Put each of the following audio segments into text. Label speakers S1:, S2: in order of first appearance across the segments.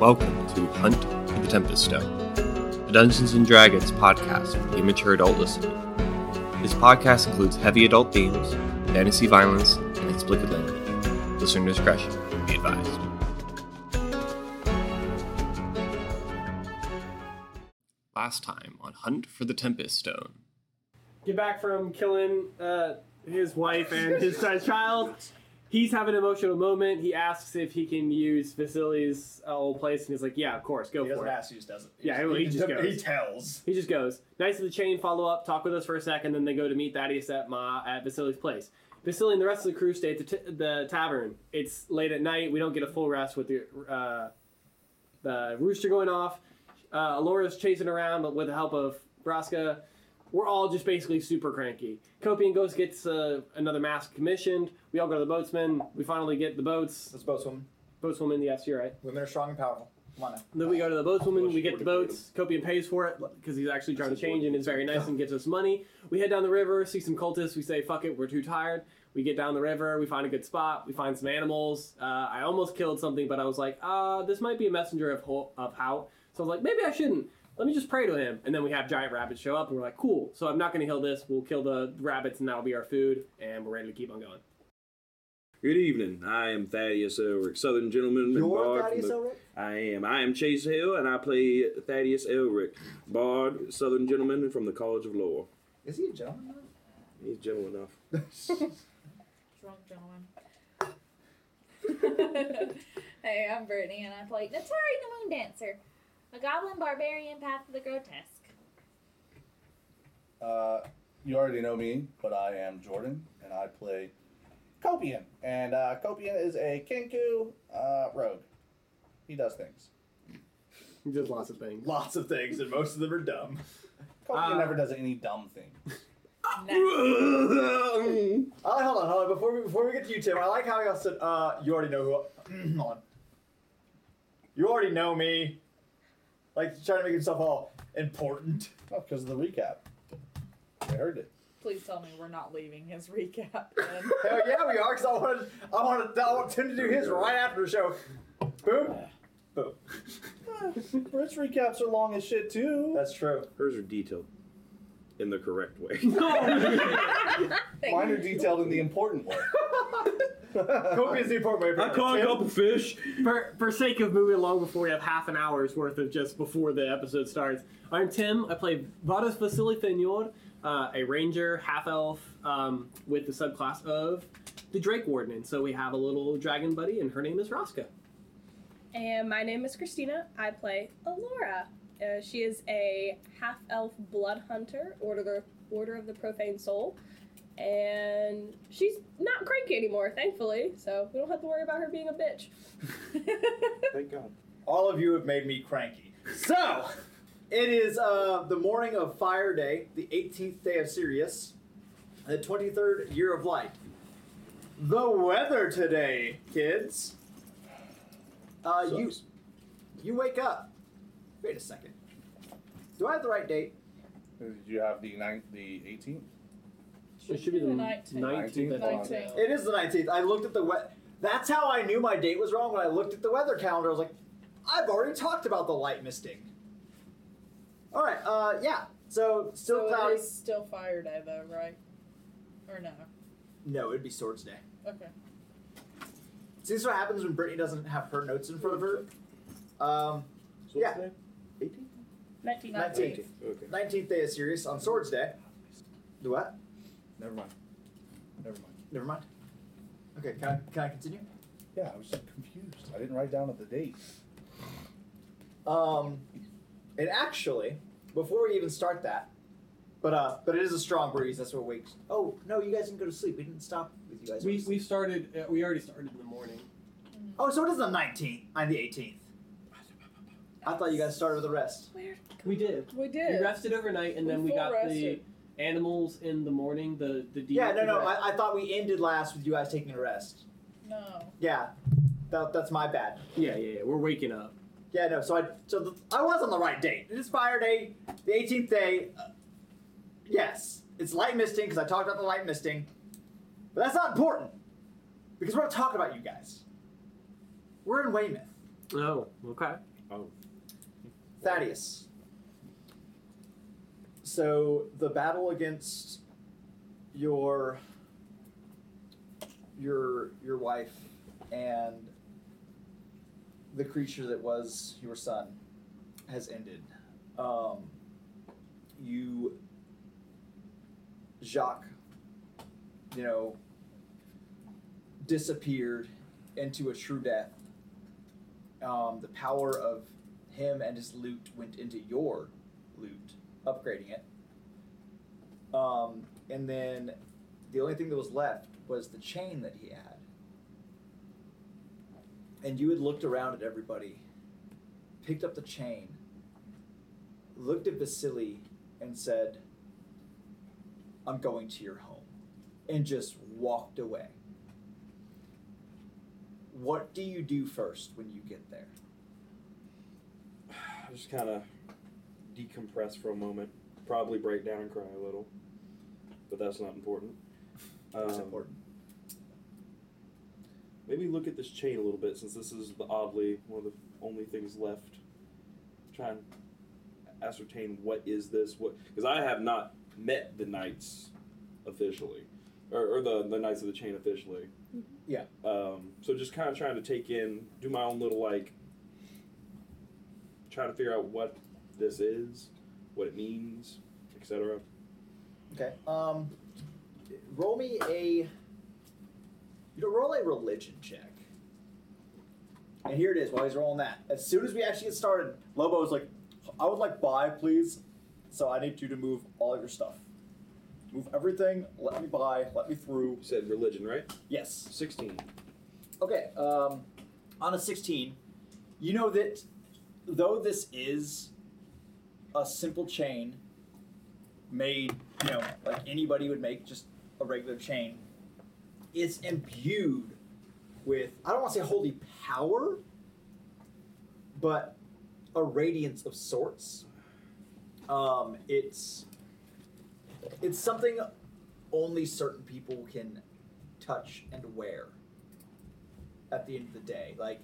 S1: Welcome to Hunt for the Tempest Stone, the Dungeons and Dragons podcast for the immature adult listener. This podcast includes heavy adult themes, fantasy violence, and explicit language. Listener discretion be advised. Last time on Hunt for the Tempest Stone,
S2: get back from killing uh, his wife and his size child. He's having an emotional moment. He asks if he can use Vasily's uh, old place, and he's like, "Yeah, of course, go
S3: He
S2: for
S3: doesn't
S2: it."
S3: ask, he just does it.
S2: Yeah, he- he just goes.
S3: He tells.
S2: He just goes. Knights of the Chain follow up, talk with us for a second, then they go to meet Thaddeus at Ma at Vasily's place. Vasily and the rest of the crew stay at the, t- the tavern. It's late at night. We don't get a full rest with the uh, the rooster going off. Uh, Alora's chasing around, but with the help of Braska, we're all just basically super cranky. Copian goes gets uh, another mask commissioned. We all go to the boatsman. We finally get the boats.
S3: Let's boatswoman.
S2: Boatswoman, yes, you're right.
S3: Women are strong and powerful. Come on now.
S2: Then we go to the boatswoman, we get the boats. Copian pays for it because he's actually trying to change and is very nice and gives us money. We head down the river, see some cultists. We say, fuck it, we're too tired. We get down the river, we find a good spot, we find some animals. Uh, I almost killed something, but I was like, uh, this might be a messenger of, Ho- of Hout. So I was like, maybe I shouldn't. Let me just pray to him. And then we have giant rabbits show up, and we're like, cool. So I'm not going to kill this. We'll kill the rabbits, and that'll be our food, and we're ready to keep on going.
S4: Good evening. I am Thaddeus Elric, Southern gentleman. and bard from the- I am. I am Chase Hill, and I play Thaddeus Elric, Bard, Southern gentleman from the College of Lore.
S3: Is he a gentleman?
S4: He's gentle enough.
S5: drunk gentleman. hey, I'm Brittany, and I play Natari the Moon Dancer, a goblin barbarian path of the grotesque.
S6: Uh, you already know me, but I am Jordan, and I play Copian. And uh, Copian is a Kenku uh, rogue. He does things.
S2: Just lots of things.
S3: Lots of things, and most of them are dumb.
S6: Copian
S2: Uh,
S6: never does any dumb thing.
S5: Nice.
S3: I like, hold on, hold on. Before we, before we get to you, Tim, I like how y'all said, uh, you already know who. hold on. You already know me. Like, trying to make himself all important.
S6: Oh, because of the recap. I heard it.
S5: Please tell me we're not leaving his recap. Then.
S3: Hell yeah, we are, because I wanted, I, wanted, I want Tim to do his right after the show. Boom. Boom.
S6: Rich recaps are long as shit, too.
S3: That's true.
S4: Hers are detailed in the correct way.
S5: Thank
S6: Mine are
S5: you.
S6: detailed in the important one.
S3: Kobe is the important way.
S4: I caught a
S3: Tim-
S4: couple fish.
S2: for, for sake of moving along before we have half an hour's worth of just before the episode starts i'm tim i play vadas vasily Fenor, uh, a ranger half elf um, with the subclass of the drake warden and so we have a little dragon buddy and her name is Roska.
S7: And my name is Christina. I play Alora. Uh, she is a half elf blood hunter, order order of the profane soul, and she's not cranky anymore, thankfully. So we don't have to worry about her being a bitch.
S4: Thank God.
S3: all of you have made me cranky. So, it is uh, the morning of Fire Day, the 18th day of Sirius, the 23rd year of light. The weather today, kids. Uh, you
S4: Sucks.
S3: you wake up. Wait a second. Do I have the right date?
S6: Did you have the ninth, the 18th?
S2: it should be the
S5: 19th.
S2: 19th, I think.
S5: 19th.
S3: It is the 19th. I looked at the wet. That's how I knew my date was wrong when I looked at the weather calendar. I was like, I've already talked about the light misting. All right. Uh, yeah. So
S5: so
S3: still cloudy.
S5: it is still fire day, though, right? Or no?
S3: No, it'd be Swords Day.
S5: Okay.
S3: See, this is what happens when Brittany doesn't have her notes in front of her. Um,
S4: So
S3: yeah,
S4: what's that? 18?
S7: 19.
S3: 19th.
S4: Okay.
S3: 19th day of Sirius on Swords Day. Do what?
S6: Never mind. Never mind.
S3: Never mind. Okay, can I, can I continue?
S6: Yeah, I was just confused. I didn't write down the date.
S3: Um, and actually, before we even start that, but uh, but it is a strong breeze. That's what wakes. Oh no, you guys didn't go to sleep. We didn't stop with you guys.
S2: we, we started uh, we already started in the morning
S3: oh, so it is the 19th. I'm the 18th. I thought you guys started with the rest.
S5: Where?
S2: we did
S5: We
S2: we
S5: did.
S2: rested overnight and
S5: We
S2: then we
S5: full
S2: got
S5: rested.
S2: the animals in the morning the the
S3: Yeah, no, no.
S2: the-
S3: I, I thought we ended last with you guys taking a rest.
S5: No.
S3: Yeah, that, that's my bad.
S2: yeah yeah yeah we're waking up
S3: Yeah, no. So I so the, I was on the right date. It is Fire Day, the 18th day. Uh, yes, it's light misting because I talked about the light misting, but that's not important because we're not talking about you guys. We're in Weymouth.
S2: oh okay
S1: Oh.
S3: Thaddeus. So the battle against your your your wife and the creature that was your son has ended. Um, you Jacques, you know, disappeared into a true death. Um, the power of him and his loot went into your loot, upgrading it. Um, and then the only thing that was left was the chain that he had. And you had looked around at everybody, picked up the chain, looked at Vasily, and said, I'm going to your home, and just walked away. What do you do first when you get there?
S4: Just kind of decompress for a moment. Probably break down and cry a little, but that's not important.
S3: It's
S4: Um,
S3: important.
S4: Maybe look at this chain a little bit, since this is the oddly one of the only things left. Try and ascertain what is this, what because I have not met the knights officially, or, or the the knights of the chain officially.
S3: Yeah.
S4: Um, so just kind of trying to take in, do my own little like, try to figure out what this is, what it means, etc.
S3: Okay. Um, roll me a. You know, roll a religion check. And here it is. While he's rolling that, as soon as we actually get started, Lobo's like, "I would like buy, please. So I need you to move all of your stuff. Move everything. Let me buy. Let me through.
S4: You said religion, right?
S3: Yes.
S4: Sixteen.
S3: Okay, um, on a 16, you know that though this is a simple chain made, you know, like anybody would make, just a regular chain, it's imbued with, I don't want to say holy power, but a radiance of sorts. Um, it's it's something only certain people can touch and wear at the end of the day. Like,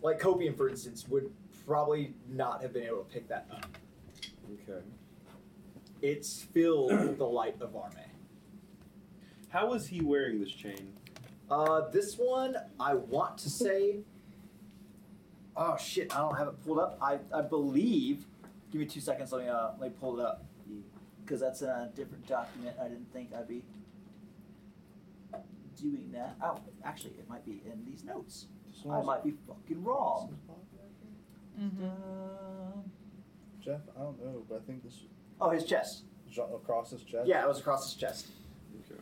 S3: like Copium, for instance, would probably not have been able to pick that up.
S4: Okay.
S3: It's filled with the light of Arme.
S4: How is he wearing this chain?
S3: Uh, this one, I want to say. Oh shit! I don't have it pulled up. I, I believe. Give me two seconds. Let me uh, let me pull it up. Because that's in a different document. I didn't think I'd be doing that. Oh, actually, it might be in these notes. I might be fucking wrong.
S7: Mm-hmm.
S3: Um,
S6: Jeff, I don't know, but I think this
S3: oh, his chest.
S6: is across his chest.
S3: Yeah, it was across his chest.
S4: Okay.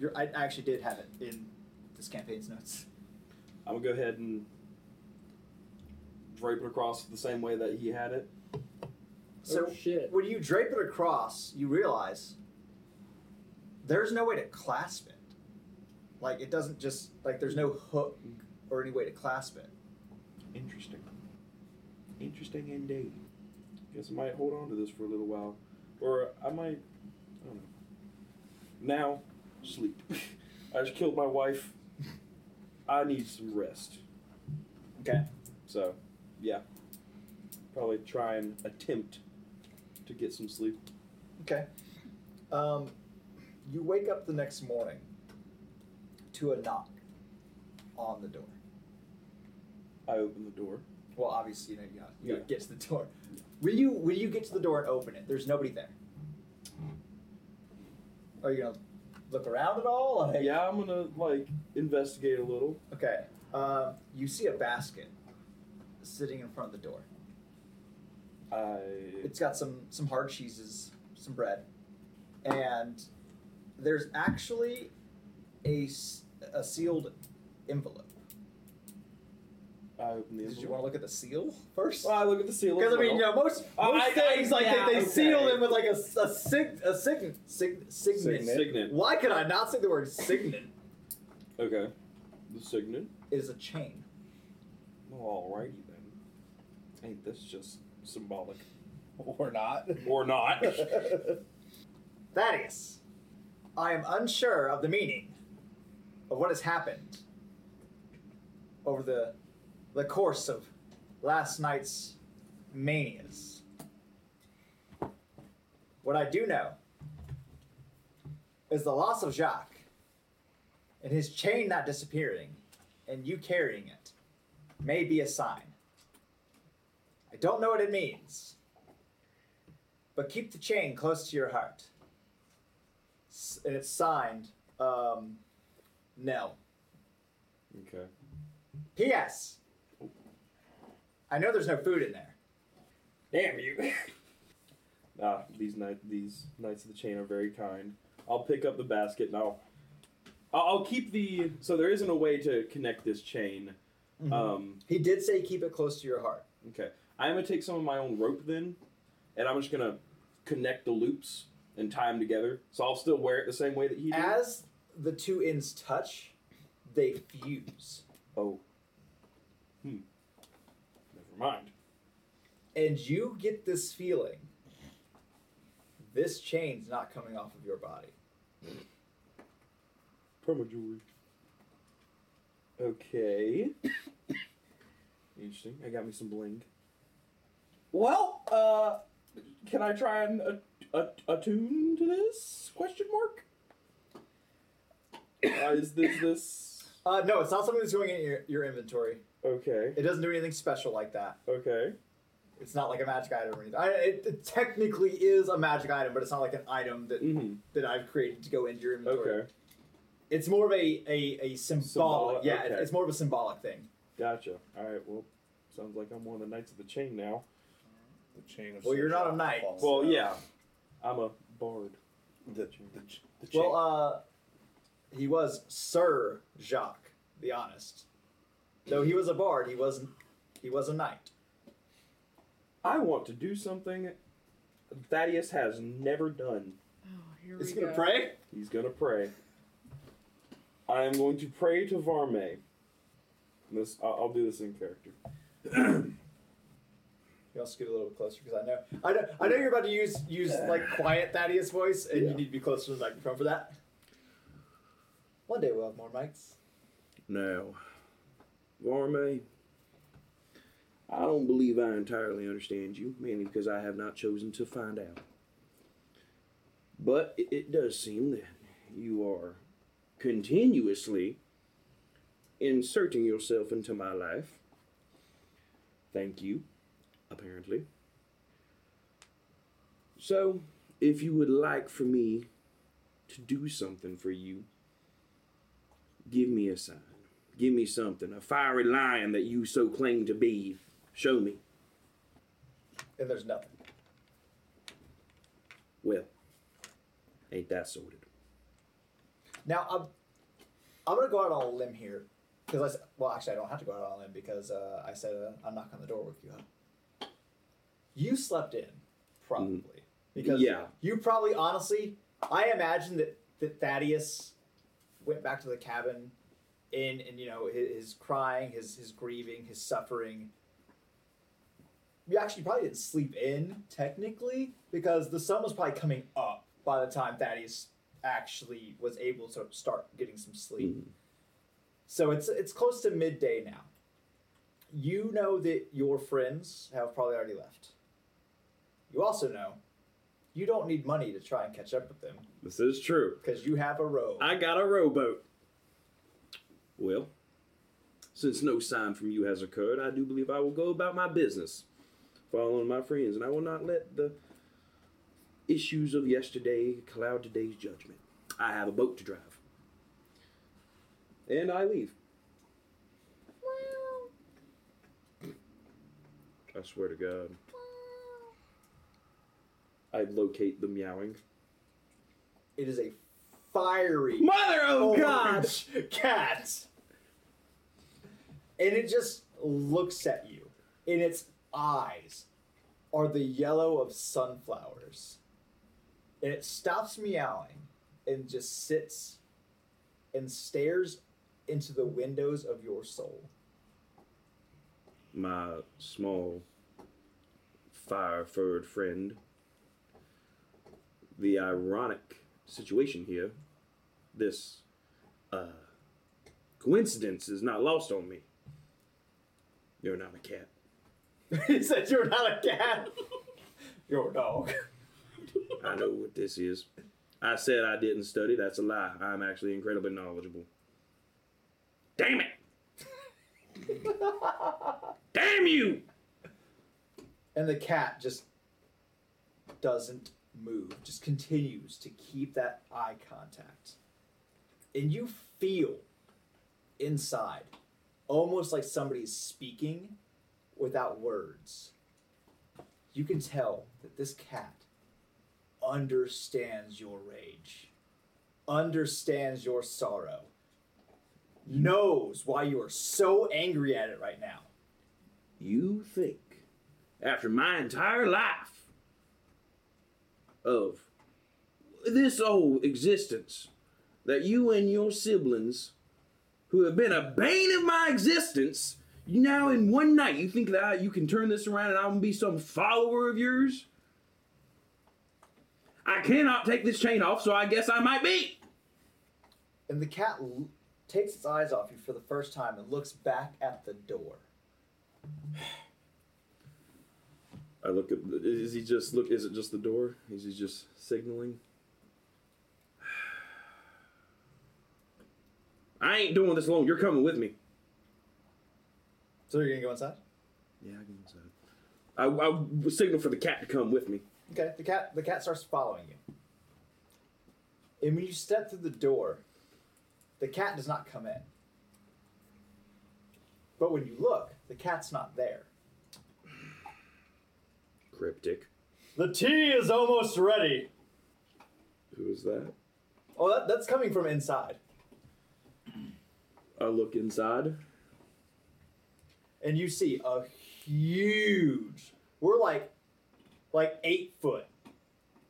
S3: You're, I I actually did have it in this campaign's notes.
S4: I'm gonna go ahead and drape it across the same way that he had it.
S3: So
S2: oh, shit.
S3: when you drape it across, you realize there's no way to clasp it. Like it doesn't just like there's no hook or any way to clasp it.
S4: Interesting. Interesting indeed. Guess I might hold on to this for a little while, or I might. I don't know. Now, sleep. I just killed my wife. I need some rest.
S3: Okay.
S4: So, yeah. Probably try and attempt to get some sleep.
S3: Okay. Um, you wake up the next morning to a knock on the door.
S4: I open the door.
S3: Well, obviously you know you gotta, you gotta
S4: Yeah.
S3: get to the door. Will you will you get to the door and open it? There's nobody there. Are you gonna look around at all? Like-
S4: Yeah, I'm gonna like investigate a little.
S3: Okay. Um, you see a basket sitting in front of the door.
S4: I
S3: It's got some some hard cheeses, some bread, and there's actually a s- a sealed envelope.
S4: I open the
S3: Did you
S4: envelope.
S3: want to look at the seal first?
S4: Well, I look at the seal.
S3: Because
S4: as
S3: I mean, you
S4: well.
S3: know, most, most
S4: Oh, I- I-
S3: things like
S4: yeah,
S3: they, they
S4: okay.
S3: seal them with like a s- a sig a sign sig, signet.
S6: Signet.
S4: Signet.
S3: Why could I not say the word signet?
S4: Okay. The signet.
S3: It is a chain.
S4: Well, alrighty then. Ain't this just symbolic?
S6: Or not.
S4: Or not?
S3: Thaddeus, I am unsure of the meaning of what has happened over the the course of last night's manias. What I do know is the loss of Jacques and his chain not disappearing and you carrying it may be a sign. I don't know what it means, but keep the chain close to your heart. S- And it's signed, um, Nell.
S4: Okay.
S3: P.S. I know there's no food in there.
S4: Damn you. ah, these knight, these knights of the chain are very kind. I'll pick up the basket and I'll, I'll I'll keep the. So there isn't a way to connect this chain. Um,
S3: He did say keep it close to your heart.
S4: okay, I'm gonna take some of my own rope then, and I'm just gonna connect the loops and tie them together. So I'll still wear it the same way that he did.
S3: As the two ends touch, they fuse.
S4: oh. Hmm. Never mind.
S3: And you get this feeling this chain's not coming off of your body.
S4: Perma jewelry. Okay. Interesting. I got me some bling. Well, uh, can I try and uh, uh, attune to this? Question mark. Uh, is this this?
S3: Uh, no, it's not something that's going in your, your inventory.
S4: Okay.
S3: It doesn't do anything special like that.
S4: Okay.
S3: It's not like a magic item or anything. I, it, it technically is a magic item, but it's not like an item that,
S4: Mm-hmm.
S3: that I've created to go into your inventory.
S4: Okay.
S3: It's more of a, a, a symbolic.
S4: Symbolic,
S3: yeah, it-
S4: okay.
S3: it's more of a symbolic thing.
S4: Gotcha. All right. Well, sounds like I'm one of the knights of the chain now.
S6: The chain of
S3: Well, you're not a
S6: Sir
S3: knight.
S6: Falls
S4: Well,
S6: down.
S4: yeah. I'm a bard.
S6: The, the, ch- the chain.
S3: Well, uh, he was Sir Jacques the Honest. Though he was a bard, he wasn't. He was a knight.
S4: I want to do something Thaddeus has never done.
S7: Here
S3: It's gonna pray.
S4: He's gonna pray. I am going to pray to Varme. This I'll, I'll do this in character.
S3: You also scoot a little bit closer because I know, I know, I know you're about to use use like quiet Thaddeus voice, and
S4: Yeah.
S3: you need to be closer to the microphone for that. One day we'll have more mics.
S4: Now, Varme, I don't believe I entirely understand you, mainly because I have not chosen to find out. But it, it does seem that you are continuously inserting yourself into my life. Thank you, apparently. So, if you would like for me to do something for you, give me a sign. Give me something. A fiery lion that you so claim to be. Show me.
S3: And there's nothing.
S4: Well, ain't that sorted?
S3: Now I'm, I'm gonna go out on a limb here because I s- well actually I don't have to go out on a limb because uh, I said uh, I'm knocking on the door with you. Huh? You slept in, probably because
S4: Yeah.
S3: you probably honestly I imagine that that Thaddeus went back to the cabin in and you know his, his crying, his his grieving, his suffering. You actually probably didn't sleep in technically because the sun was probably coming up by the time Thaddeus actually was able to start getting some sleep. So it's it's close to midday now. You know that your friends have probably already left. You also know you don't need money to try and catch up with them
S4: This is true.
S3: because you have a robe.
S4: I got a rowboat. Well, since no sign from you has occurred, I do believe I will go about my business, following my friends, and I will not let the issues of yesterday cloud today's judgment. I have a boat to drive. And I leave.
S5: Well,
S4: I swear to God.
S5: well.
S4: I locate the meowing.
S3: It is a fiery
S4: Mother of God!
S3: orange cat, and it just looks at you, and its eyes are the yellow of sunflowers, and it stops meowing and just sits and stares into the windows of your soul.
S4: My small fire furred friend. The ironic situation here, this uh, coincidence is not lost on me. You're not a cat.
S3: he said, You're not a cat. You're a dog.
S4: I know what this is. I said I didn't study. That's a lie. I'm actually incredibly knowledgeable. Damn it! Damn you!
S3: And the cat just doesn't move, just continues to keep that eye contact. And you feel inside almost like somebody's speaking without words. You can tell that this cat understands your rage, understands your sorrow, knows why you are so angry at it right now.
S4: You think, after my entire life of this whole existence, that you and your siblings, who have been a bane of my existence, you now in one night, you think that I, you can turn this around and I'm gonna be some follower of yours? I cannot take this chain off, so I guess I might be.
S3: And the cat l- takes its eyes off you for the first time and looks back at the door.
S4: I look at. Is he just look? Is it just the door? Is he just signaling? I ain't doing this alone. You're coming with me.
S3: So you're gonna go inside?
S4: Yeah, I can inside. I, I signal for the cat to come with me.
S3: Okay. The cat the cat starts following you. And when you step through the door, the cat does not come in. But when you look, the cat's not there.
S4: Cryptic.
S3: The tea is almost ready.
S4: Who is that?
S3: Oh, that, that's coming from inside.
S4: I look inside.
S3: and you see a huge we're like like eight foot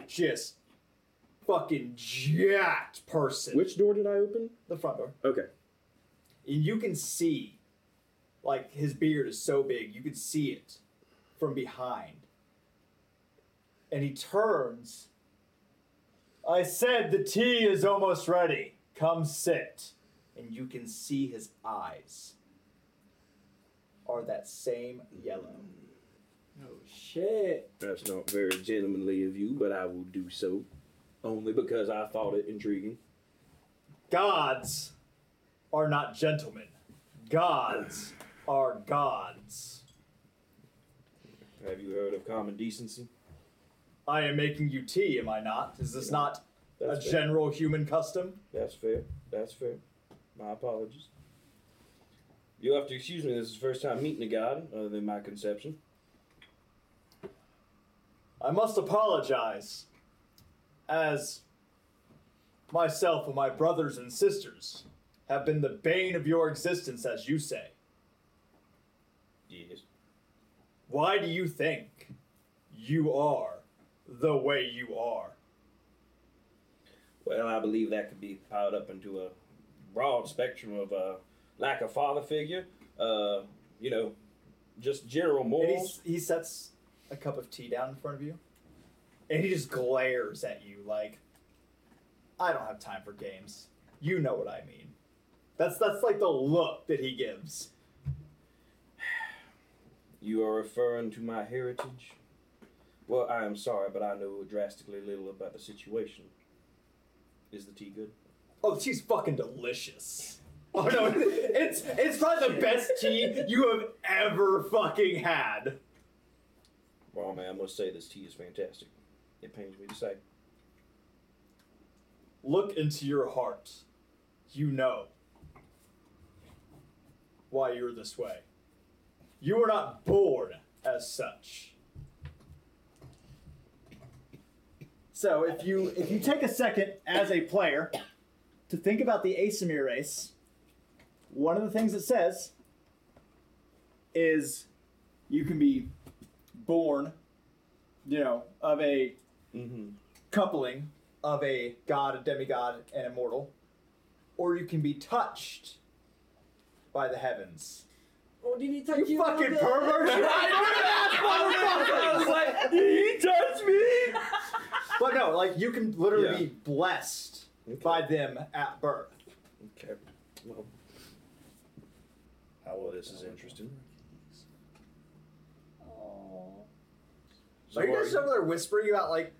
S3: just fucking jacked person
S4: Which door did I open?
S3: the front door
S4: Okay.
S3: and you can see like his beard is so big you can see it from behind and he turns i said the tea is almost ready come sit and you can see his eyes are that same yellow
S2: Oh shit!
S4: That's not very gentlemanly of you, but I will do so. Only because I thought it intriguing.
S3: gods are not gentlemen gods are gods
S4: Have you heard of common decency?
S3: i am making you tea am i not is this not a
S4: That's fair.
S3: general human custom
S4: That's fair. That's fair. My apologies. You'll have to excuse me. This is the first time meeting a god, other than my conception.
S3: I must apologize, as myself and my brothers and sisters have been the bane of your existence, as you say.
S4: Yes.
S3: Why do you think you are the way you are?
S4: Well, I believe that could be piled up into a broad spectrum of uh, lack of father figure, uh, you know, just general
S3: And
S4: morals.
S3: he's, he sets a cup of tea down in front of you, and he just glares at you like, "I don't have time for games. You know what I mean." That's that's like the look that he gives.
S4: You are referring to my heritage? Well, I am sorry, but I know drastically little about the situation. Is the tea good?
S3: Oh, she's fucking delicious. Oh no, it's it's probably the best tea you have ever fucking had.
S4: Well, man, I must say this tea is fantastic. It pains me to say.
S3: Look into your heart. You know why you're this way. You were not born as such. So if you if you take a second as a player to think about the Asimir race, one of the things it says is you can be born, you know, of a
S4: Mm-hmm.
S3: coupling of a god, a demigod, and immortal, or you can be touched by the heavens.
S2: Oh, did he touch
S3: You fucking
S2: with the-
S3: pervert! You
S2: I was like,
S3: motherfucker!
S4: He touched me!
S3: But no, like you can literally
S4: Yeah.
S3: be blessed
S4: Okay.
S3: by them at birth.
S4: Okay. Well,
S6: How
S4: well, this is interesting.
S3: Are you guys over there whispering about like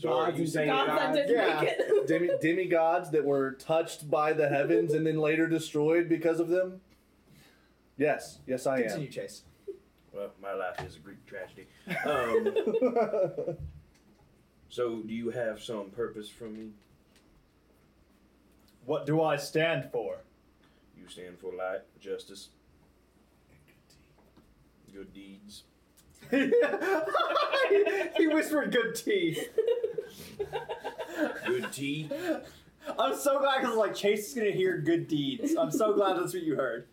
S2: Gods who sang
S7: God, that
S2: gods.
S7: didn't
S3: Yeah.
S7: make it.
S6: uh, Demi- demigods that were touched by the heavens and then later destroyed because of them? Yes, yes, I am.
S3: continue chase?
S4: Well, my life is a Greek tragedy. Um, so, do you have some purpose from me?
S8: What do I stand for?
S4: You stand for light, justice, good deeds.
S3: he whispered good tea.
S4: Good tea?
S3: I'm so glad because like Chase is gonna hear good deeds. I'm so glad that's what you heard.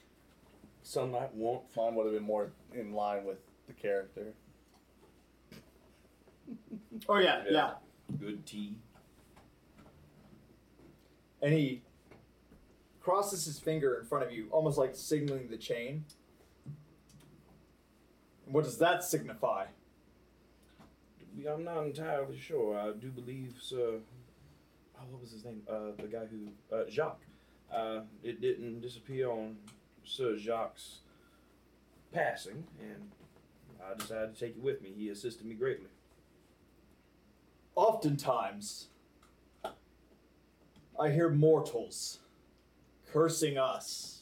S4: Sunlight, warmth.
S6: Mine would have been more in line with the character.
S3: Oh yeah, yeah.
S4: Yeah. Good tea.
S3: And he crosses his finger in front of you, almost like signaling the chain. What does that signify?
S4: I'm not entirely sure. I do believe Sir. Oh, what was his name? Uh, the guy who uh, Jacques. Uh, it didn't disappear on Sir Jacques' passing, and I decided to take it with me. He assisted me greatly.
S3: Oftentimes, I hear mortals cursing us.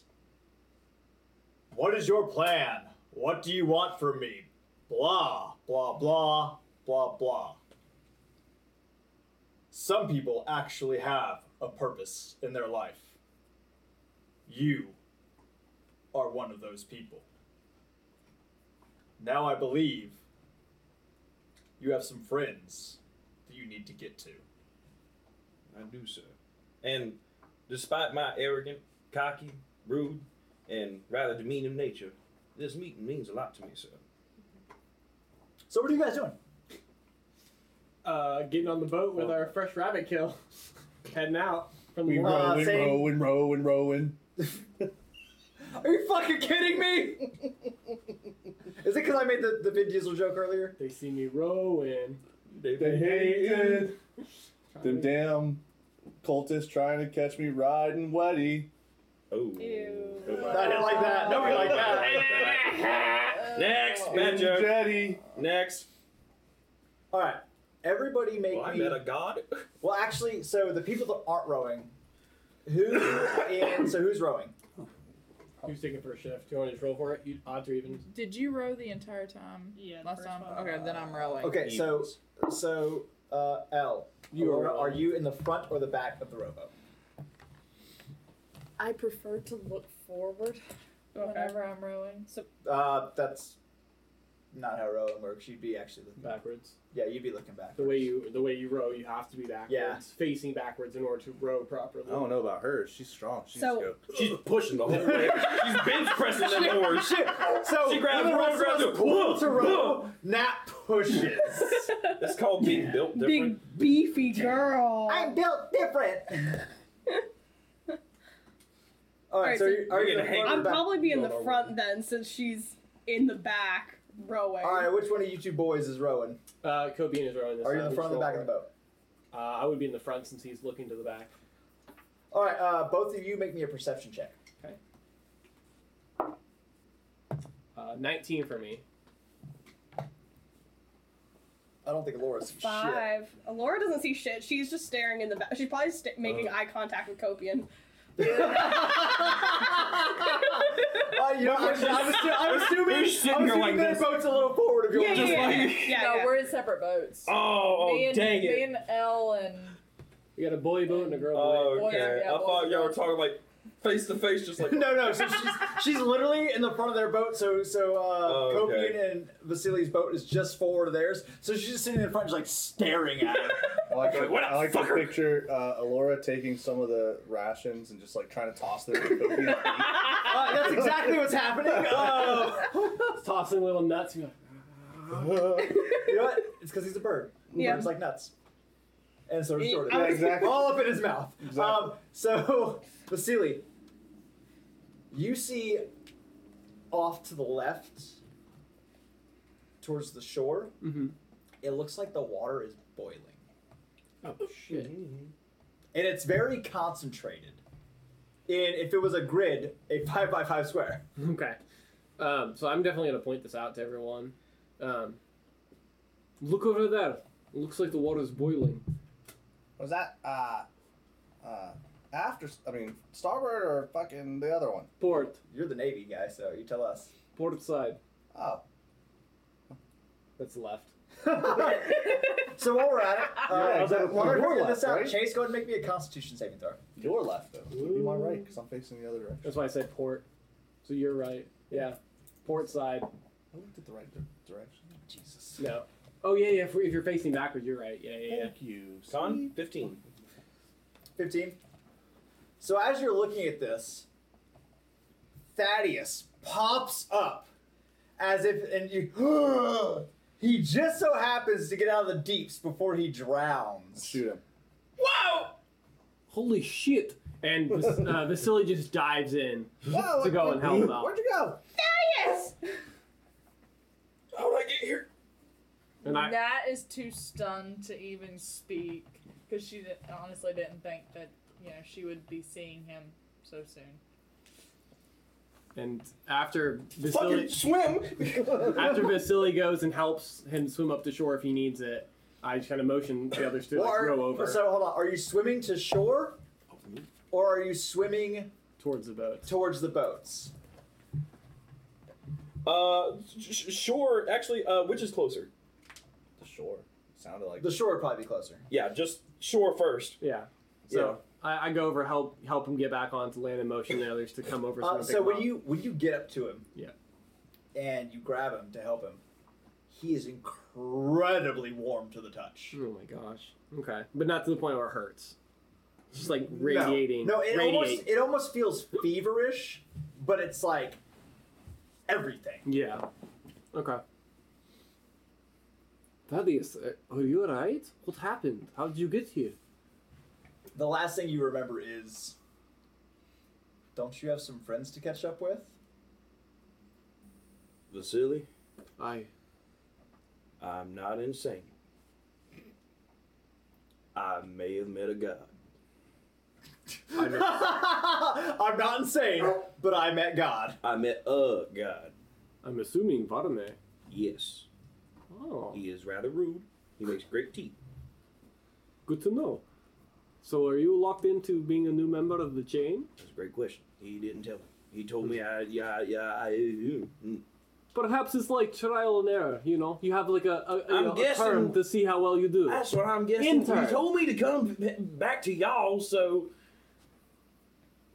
S3: What is your plan? What do you want from me? Blah, blah, blah, blah, blah. Some people actually have a purpose in their life. You are one of those people. Now I believe you have some friends that you need to get to.
S4: I do, sir. And despite my arrogant, cocky, rude, and rather demeaning nature, this meeting means a lot to me, sir.
S3: So what are you guys doing?
S2: Uh, getting on the boat with our fresh rabbit kill, heading out from
S6: We
S2: the water.
S6: rowing,
S3: same.
S6: rowing, rowing, rowing.
S3: Are you fucking kidding me? Is it because I made the, the Vin Diesel joke earlier?
S2: They see me rowing.
S6: They hated them damn cultists trying to catch me riding wetty.
S4: Oh.
S7: Ew.
S4: Oh my
S3: I didn't like that. Nobody liked that.
S4: Next,
S6: In
S4: bad
S6: the
S4: joke.
S6: jetty.
S4: Next.
S3: All right. Everybody make
S4: Well, I
S3: me.
S4: met a god.
S3: Well, actually, so the people that aren't rowing, who and so who's rowing?
S2: Who's taking first shift? Do you want to just roll for it? You, odds or even?
S9: Did you row the entire time?
S10: Yeah, the
S9: Last
S10: first
S9: time?
S10: one.
S9: Okay, then I'm rowing.
S3: Okay, so
S4: Evens.
S3: so uh, L,
S2: You are
S3: Aurora,
S2: rowing.
S3: are you in the front or the back of the rowboat?
S9: I prefer to look forward
S7: Okay.
S9: whenever I'm rowing.
S3: Uh, that's not how rowing works. You'd be actually looking.
S2: Backwards.
S3: Yeah, you'd be looking back.
S2: The way you the way you row, you have to be backwards,
S3: Yeah. Oh,
S2: facing backwards in order to row properly.
S6: I don't know about her. She's strong. She's
S7: So-
S6: go.
S4: She's pushing the whole way. She's bench pressing that board.
S3: Shit. So
S4: She grabbed
S3: when the
S4: the rope,
S3: rest of
S4: grabbed
S3: us
S4: it.
S3: pull to
S4: Whoa,
S3: row. Nat pushes.
S4: It's called being built different.
S7: Big beefy girl.
S3: I'm built different. All right,
S7: Alright,
S3: so
S7: so
S3: you- are
S4: you're
S3: you
S4: gonna
S3: in
S4: hang-
S3: front or
S7: I'd
S3: back?
S7: probably be in the
S2: Roll over.
S7: front then, since she's in the back rowing.
S3: All right, which one of you two boys is rowing?
S2: Uh, Cobian is rowing this.
S3: Are you
S2: side.
S3: in the
S2: We
S3: front or the
S2: just
S3: back
S2: roll
S3: of the boat?
S2: for it. Uh, I would be in the front since he's looking to the back.
S3: All right, uh, both of you make me a perception check.
S2: Uh, 19 for me.
S3: I don't think Laura's shit.
S7: Five. Laura doesn't see shit. She's just staring in the back. She's probably sta making eye contact with Copian.
S3: Uh, you know, I'm, I'm, assu- I'm assuming, I'm
S4: Who's sitting
S3: assuming
S4: there like
S3: their
S4: this?
S3: boat's a little forward of
S7: Yeah,
S3: yours.
S7: yeah,
S4: just
S7: yeah.
S4: like-
S7: yeah,
S9: no,
S7: yeah.
S9: we're in separate boats.
S4: Oh,
S9: me and,
S4: dang
S9: Me
S4: it.
S9: and Elle and
S2: We got a boy boat and a girl boat.
S9: Boy,
S4: Oh, okay.
S9: yeah,
S4: I thought
S9: boy.
S4: y'all were talking like face to face, just like.
S3: No, no. So she's she's literally in the front of their boat. So so uh,
S4: Oh, okay.
S3: Copian and Vasily's boat is just forward of theirs. So she's just sitting in front, just like staring at it.
S6: I like, to,
S4: Like, what up,
S6: I like to
S4: fucker?
S6: picture uh, Alora taking some of the rations and just like trying to toss them. to Kobe and eat.
S3: Uh, that's exactly what's happening. Uh,
S4: Oh.
S2: Tossing little nuts. You're like,
S3: you know what? It's because he's a bird.
S7: Yeah.
S3: Birds like nuts. And so does
S7: Yeah,
S3: Jordan.
S6: yeah, exactly.
S3: All up in his mouth.
S6: Exactly.
S3: Um, so, Vasily, you see off to the left, towards the shore,
S2: Mhm.
S3: it looks like the water is boiling.
S2: Oh shit.
S3: And it's very concentrated. In, if it was a grid, a 5 by 5 square.
S2: Okay. Um, so I'm definitely gonna point this out to everyone. Um, Look over there. It looks like the water's boiling.
S6: Was that uh, uh, after? I mean, starboard or fucking the other one?
S2: Port.
S3: You're the Navy guy, so you tell us.
S2: Port side.
S6: Oh,
S2: That's left.
S3: so while we're at it,
S6: Yeah,
S3: uh,
S6: exactly.
S3: while we're
S6: You're
S3: figuring this
S6: left,
S3: out,
S6: right?
S3: Chase, go ahead and make me a Constitution saving throw.
S6: your left though. Would be my right because I'm facing the other direction.
S2: That's why I said port. So you're right. Yeah. Port side.
S6: I looked at the right di- direction.
S3: Jesus.
S2: No. Oh, yeah, yeah. If, if you're facing backwards, you're right. Yeah, yeah, yeah.
S6: Thank you.
S4: Con 15.
S3: 15. So as you're looking at this, Thaddeus pops up as if, and you, he just so happens to get out of the deeps before he drowns.
S6: Shoot him.
S3: Whoa!
S2: Holy shit. And Vas- uh, Vasily just dives in.
S6: Whoa,
S2: To go and help him out.
S6: Oh, Where'd you go?
S9: Yes!
S4: How did I get here?
S2: And I,
S9: Nat is too stunned to even speak because she did, honestly didn't think that you know she would be seeing him so soon.
S2: and after Vasily,
S4: Fucking swim!
S2: after Vasily goes and helps him swim up to shore if he needs it, I just kind of motion the others to like,
S3: Or-
S2: row over
S3: So hold on. Are you swimming to shore, or are you swimming
S2: towards the boat.
S3: towards the boats?
S4: Uh, sh- sh- sure. Actually, uh, which is closer?
S6: The shore. Sounded like
S3: The shore would probably be closer.
S4: Yeah, just shore first.
S2: Yeah. So I, I go over help help him get back onto land and motion the others to come over.
S3: Uh,
S2: and pick
S3: so
S2: him
S3: when
S2: up.
S3: you when you get up to him,
S2: Yeah.
S3: and you grab him to help him, he is incredibly warm to the touch.
S2: oh my gosh, okay, but not to the point where it hurts. It's just like radiating.
S3: No, no it
S2: Hmm. radiate.
S3: almost it almost feels feverish, but it's like everything.
S2: Yeah. Okay. Thaddeus, uh, are you alright? What happened? How did you get here?
S3: The last thing you remember is, don't you have some friends to catch up with?
S4: Vasily,
S2: I.
S4: I'm not insane. I may have met a god.
S3: I'm not insane, but I met God.
S4: I met a god.
S2: I'm assuming Varne.
S4: Yes.
S2: Oh,
S4: He is rather rude. He makes great tea.
S2: good to know. So are you locked into being a new member of the chain?
S4: That's a great question. He didn't tell me. He told me I, yeah, yeah, I. mm, mm.
S2: Perhaps it's like trial and error, you know? You have like a, a, a,
S4: I'm
S2: a
S4: guessing-
S2: term to see how well you do.
S4: That's what I'm guessing.
S2: Intern.
S4: He told me to come b- back to y'all, so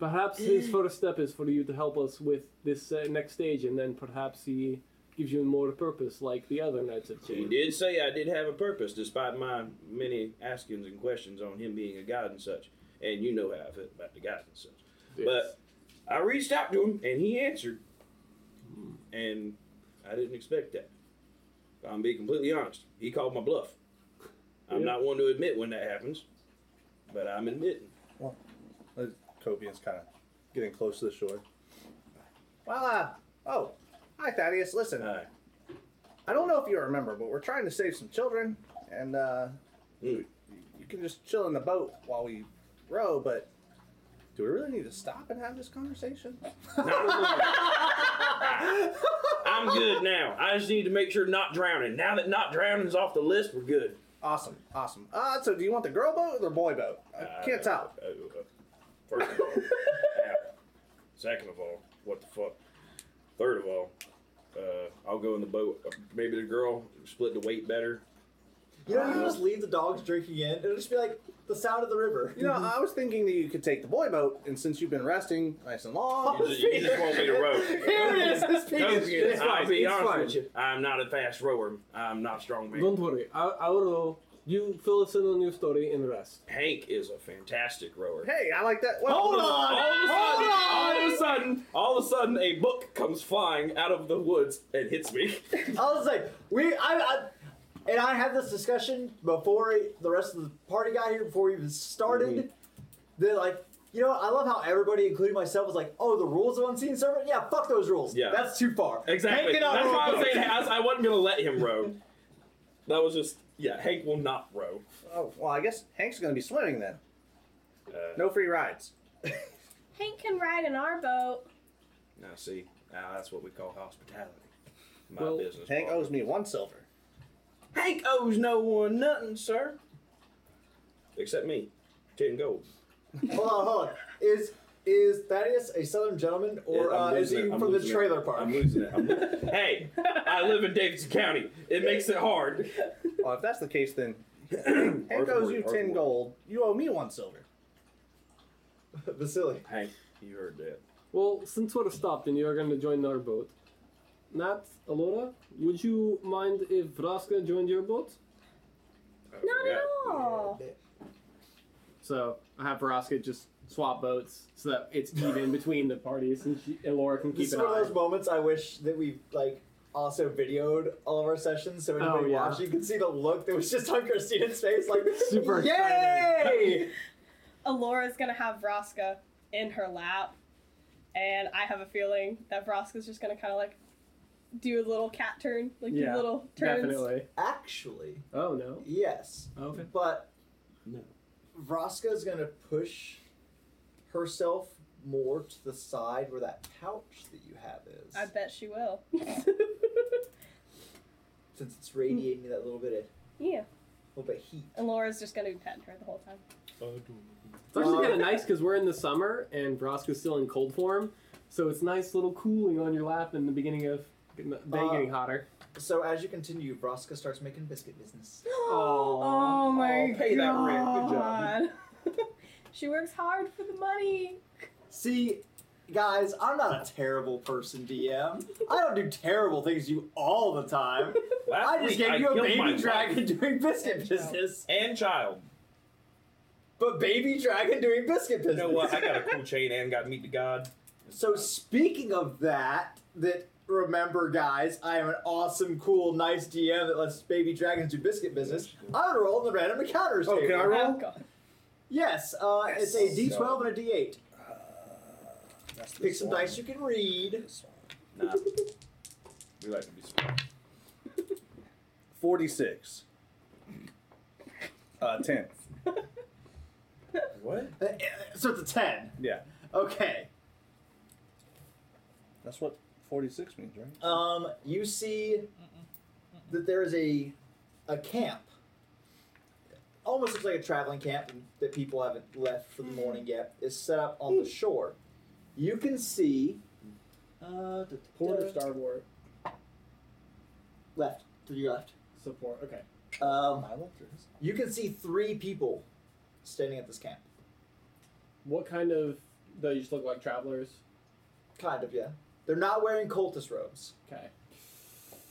S2: Perhaps his first step is for you to help us with this uh, next stage, and then perhaps he gives you more purpose like the other knights of
S4: He
S2: chain.
S4: did say I did have a purpose, despite my many askings and questions on him being a god and such. And you know how I felt about the gods and such. But I reached out to him, and he answered. And I didn't expect that. If I'm being completely honest. He called my bluff. I'm
S2: Yeah.
S4: not one to admit when that happens, but I'm admitting.
S6: The Copian's kind of getting close to the shore. Well, uh, oh, hi Thaddeus. Listen,
S4: Hi.
S6: I don't know if you remember, but we're trying to save some children, and uh,
S4: Mm.
S6: you can just chill in the boat while we row. But do we really need to stop and have this conversation?
S4: I'm good now. I just need to make sure not drowning. Now that not drowning's off the list, we're good.
S6: Awesome, awesome. Uh, so do you want the girl boat or the boy boat? I can't tell.
S4: Uh, uh, First of all, yeah. second of all, what the fuck? Third of all, uh, I'll go in the boat. Maybe the girl split the weight better.
S3: You know, you can just leave the dogs drinking in. It'll just be like the sound of the river.
S6: You know, I was thinking that you could take the boy boat, and since you've been resting nice and long,
S4: You just, you just won't be the row.
S3: Oh, Here it is. His
S4: Don't
S3: penis.
S4: forget,
S2: It's
S4: I'll
S2: fine,
S4: be
S2: it's
S4: honest
S2: fine.
S4: with you. I'm not a fast rower. I'm not a strong man.
S2: Don't worry, I, I will know. You fill us in on your story and rest.
S4: Hank is a fantastic rower.
S6: hey, I like that. Well,
S3: Hold on.
S4: All of a
S3: Hold on.
S4: sudden, all of a sudden, all of a sudden, a book comes flying out of the woods and hits me.
S3: I was like, we, I, I, and I had this discussion before the rest of the party got here, before we even started. They're like, you know, I love how everybody, including myself, was like, oh, the rules of Unseen Servant? Yeah, fuck those rules.
S4: Yeah.
S3: That's too far.
S4: Exactly.
S3: Hank
S4: That's
S3: cannot row
S4: why I was
S3: boats.
S4: saying I, was- I wasn't gonna let him row. That was just yeah. Hank will not row.
S6: oh, well, I guess Hank's going to be swimming then.
S4: Uh,
S6: No free rides.
S7: Hank can ride in our boat.
S4: Now see, now that's what we call hospitality. My
S2: Well,
S4: business.
S6: Hank
S4: partner.
S6: owes me one silver.
S4: Hank owes no one nothing, sir. Except me. Ten gold.
S3: hold on, hold on. Is is Thaddeus a Southern gentleman, or
S4: Yeah, I'm
S3: uh, is he
S4: losing it. I'm
S3: from the
S4: losing it.
S3: trailer park?
S4: I'm losing it. I'm lo- hey, I live in Davidson County. It makes it hard.
S6: Well, if that's the case, then Hank owes you
S4: Arthur,
S6: ten
S4: Arthur.
S6: gold. You owe me one silver.
S3: Vasily.
S4: Hank, you heard that.
S2: Well, since we're stopped and you're going to join our boat, Nat, Alora, would you mind if Vraska joined your boat?
S7: Not at all.
S2: So I have Vraska just swap boats so that it's even between the parties and, she, and Laura can
S3: This
S2: keep
S3: is
S2: an
S3: one of
S2: eye.
S3: those moments I wish that we like also videoed all of our sessions, so anybody
S2: Oh, yeah.
S3: watching you could see the look that was just on Christina's face, like
S2: Super
S3: yay!
S7: Alora's gonna have Vraska in her lap, and I have a feeling that Vraska's just gonna kind of like do a little cat turn, like do
S2: Yeah,
S7: little turns.
S2: Definitely.
S3: Actually,
S2: Oh, no.
S3: yes,
S2: Okay.
S3: but
S4: No.
S3: Vraska's gonna push herself more to the side where that pouch that you have is,
S7: I bet she will.
S3: since it's radiating that little bit of
S7: yeah.
S3: little bit of heat.
S7: And Laura's just gonna be petting her the whole time.
S2: It's actually
S3: Uh,
S2: kind of nice because we're in the summer and Vraska's still in cold form, so it's nice little cooling on your lap in the beginning of getting the day
S3: Uh,
S2: getting hotter.
S3: So as you continue, Vraska starts making biscuit business.
S7: Oh my
S4: Oh, pay that rent. Good
S7: god.
S4: job.
S7: she works hard for the money.
S3: See, guys, I'm not a terrible person, DM. I don't do terrible things to you all the time.
S4: Last
S3: I just
S4: week,
S3: gave
S4: I
S3: you a
S4: killed my
S3: baby
S4: wife
S3: dragon doing biscuit business.
S4: and child.
S3: But baby dragon doing biscuit
S4: You
S3: business.
S4: know what? I got a cool chain and got to meet the god.
S3: so speaking of that, that remember, guys, I am an awesome, cool, nice DM that lets baby dragons do biscuit business. I'm gonna roll the random encounters.
S6: Oh, can
S3: table.
S6: I roll?
S7: Oh god.
S3: Yes, uh, it's a D12 and a D8.
S6: Uh, That's
S3: Pick
S6: this
S3: some
S6: one.
S3: dice you can read.
S6: This one.
S4: Nah. We like to be surprised.
S6: Forty-six. Uh, ten.
S4: What?
S3: Uh, So it's a ten.
S6: Yeah,
S3: Okay.
S6: that's what forty-six means, right?
S3: Um, you see that there is a a camp. Almost looks like a traveling camp that people haven't left
S6: Hmm.
S3: for the morning yet. Is set up on the shore. You can see. Uh, da- da-
S2: Port
S3: da-
S2: or starboard
S3: left to your left.
S2: support. Okay.
S3: Um,
S6: I left yours.
S3: you can see three people standing at this camp.
S2: What kind of? They just look like travelers.
S3: Kind of, yeah. They're not wearing cultist robes.
S2: Okay.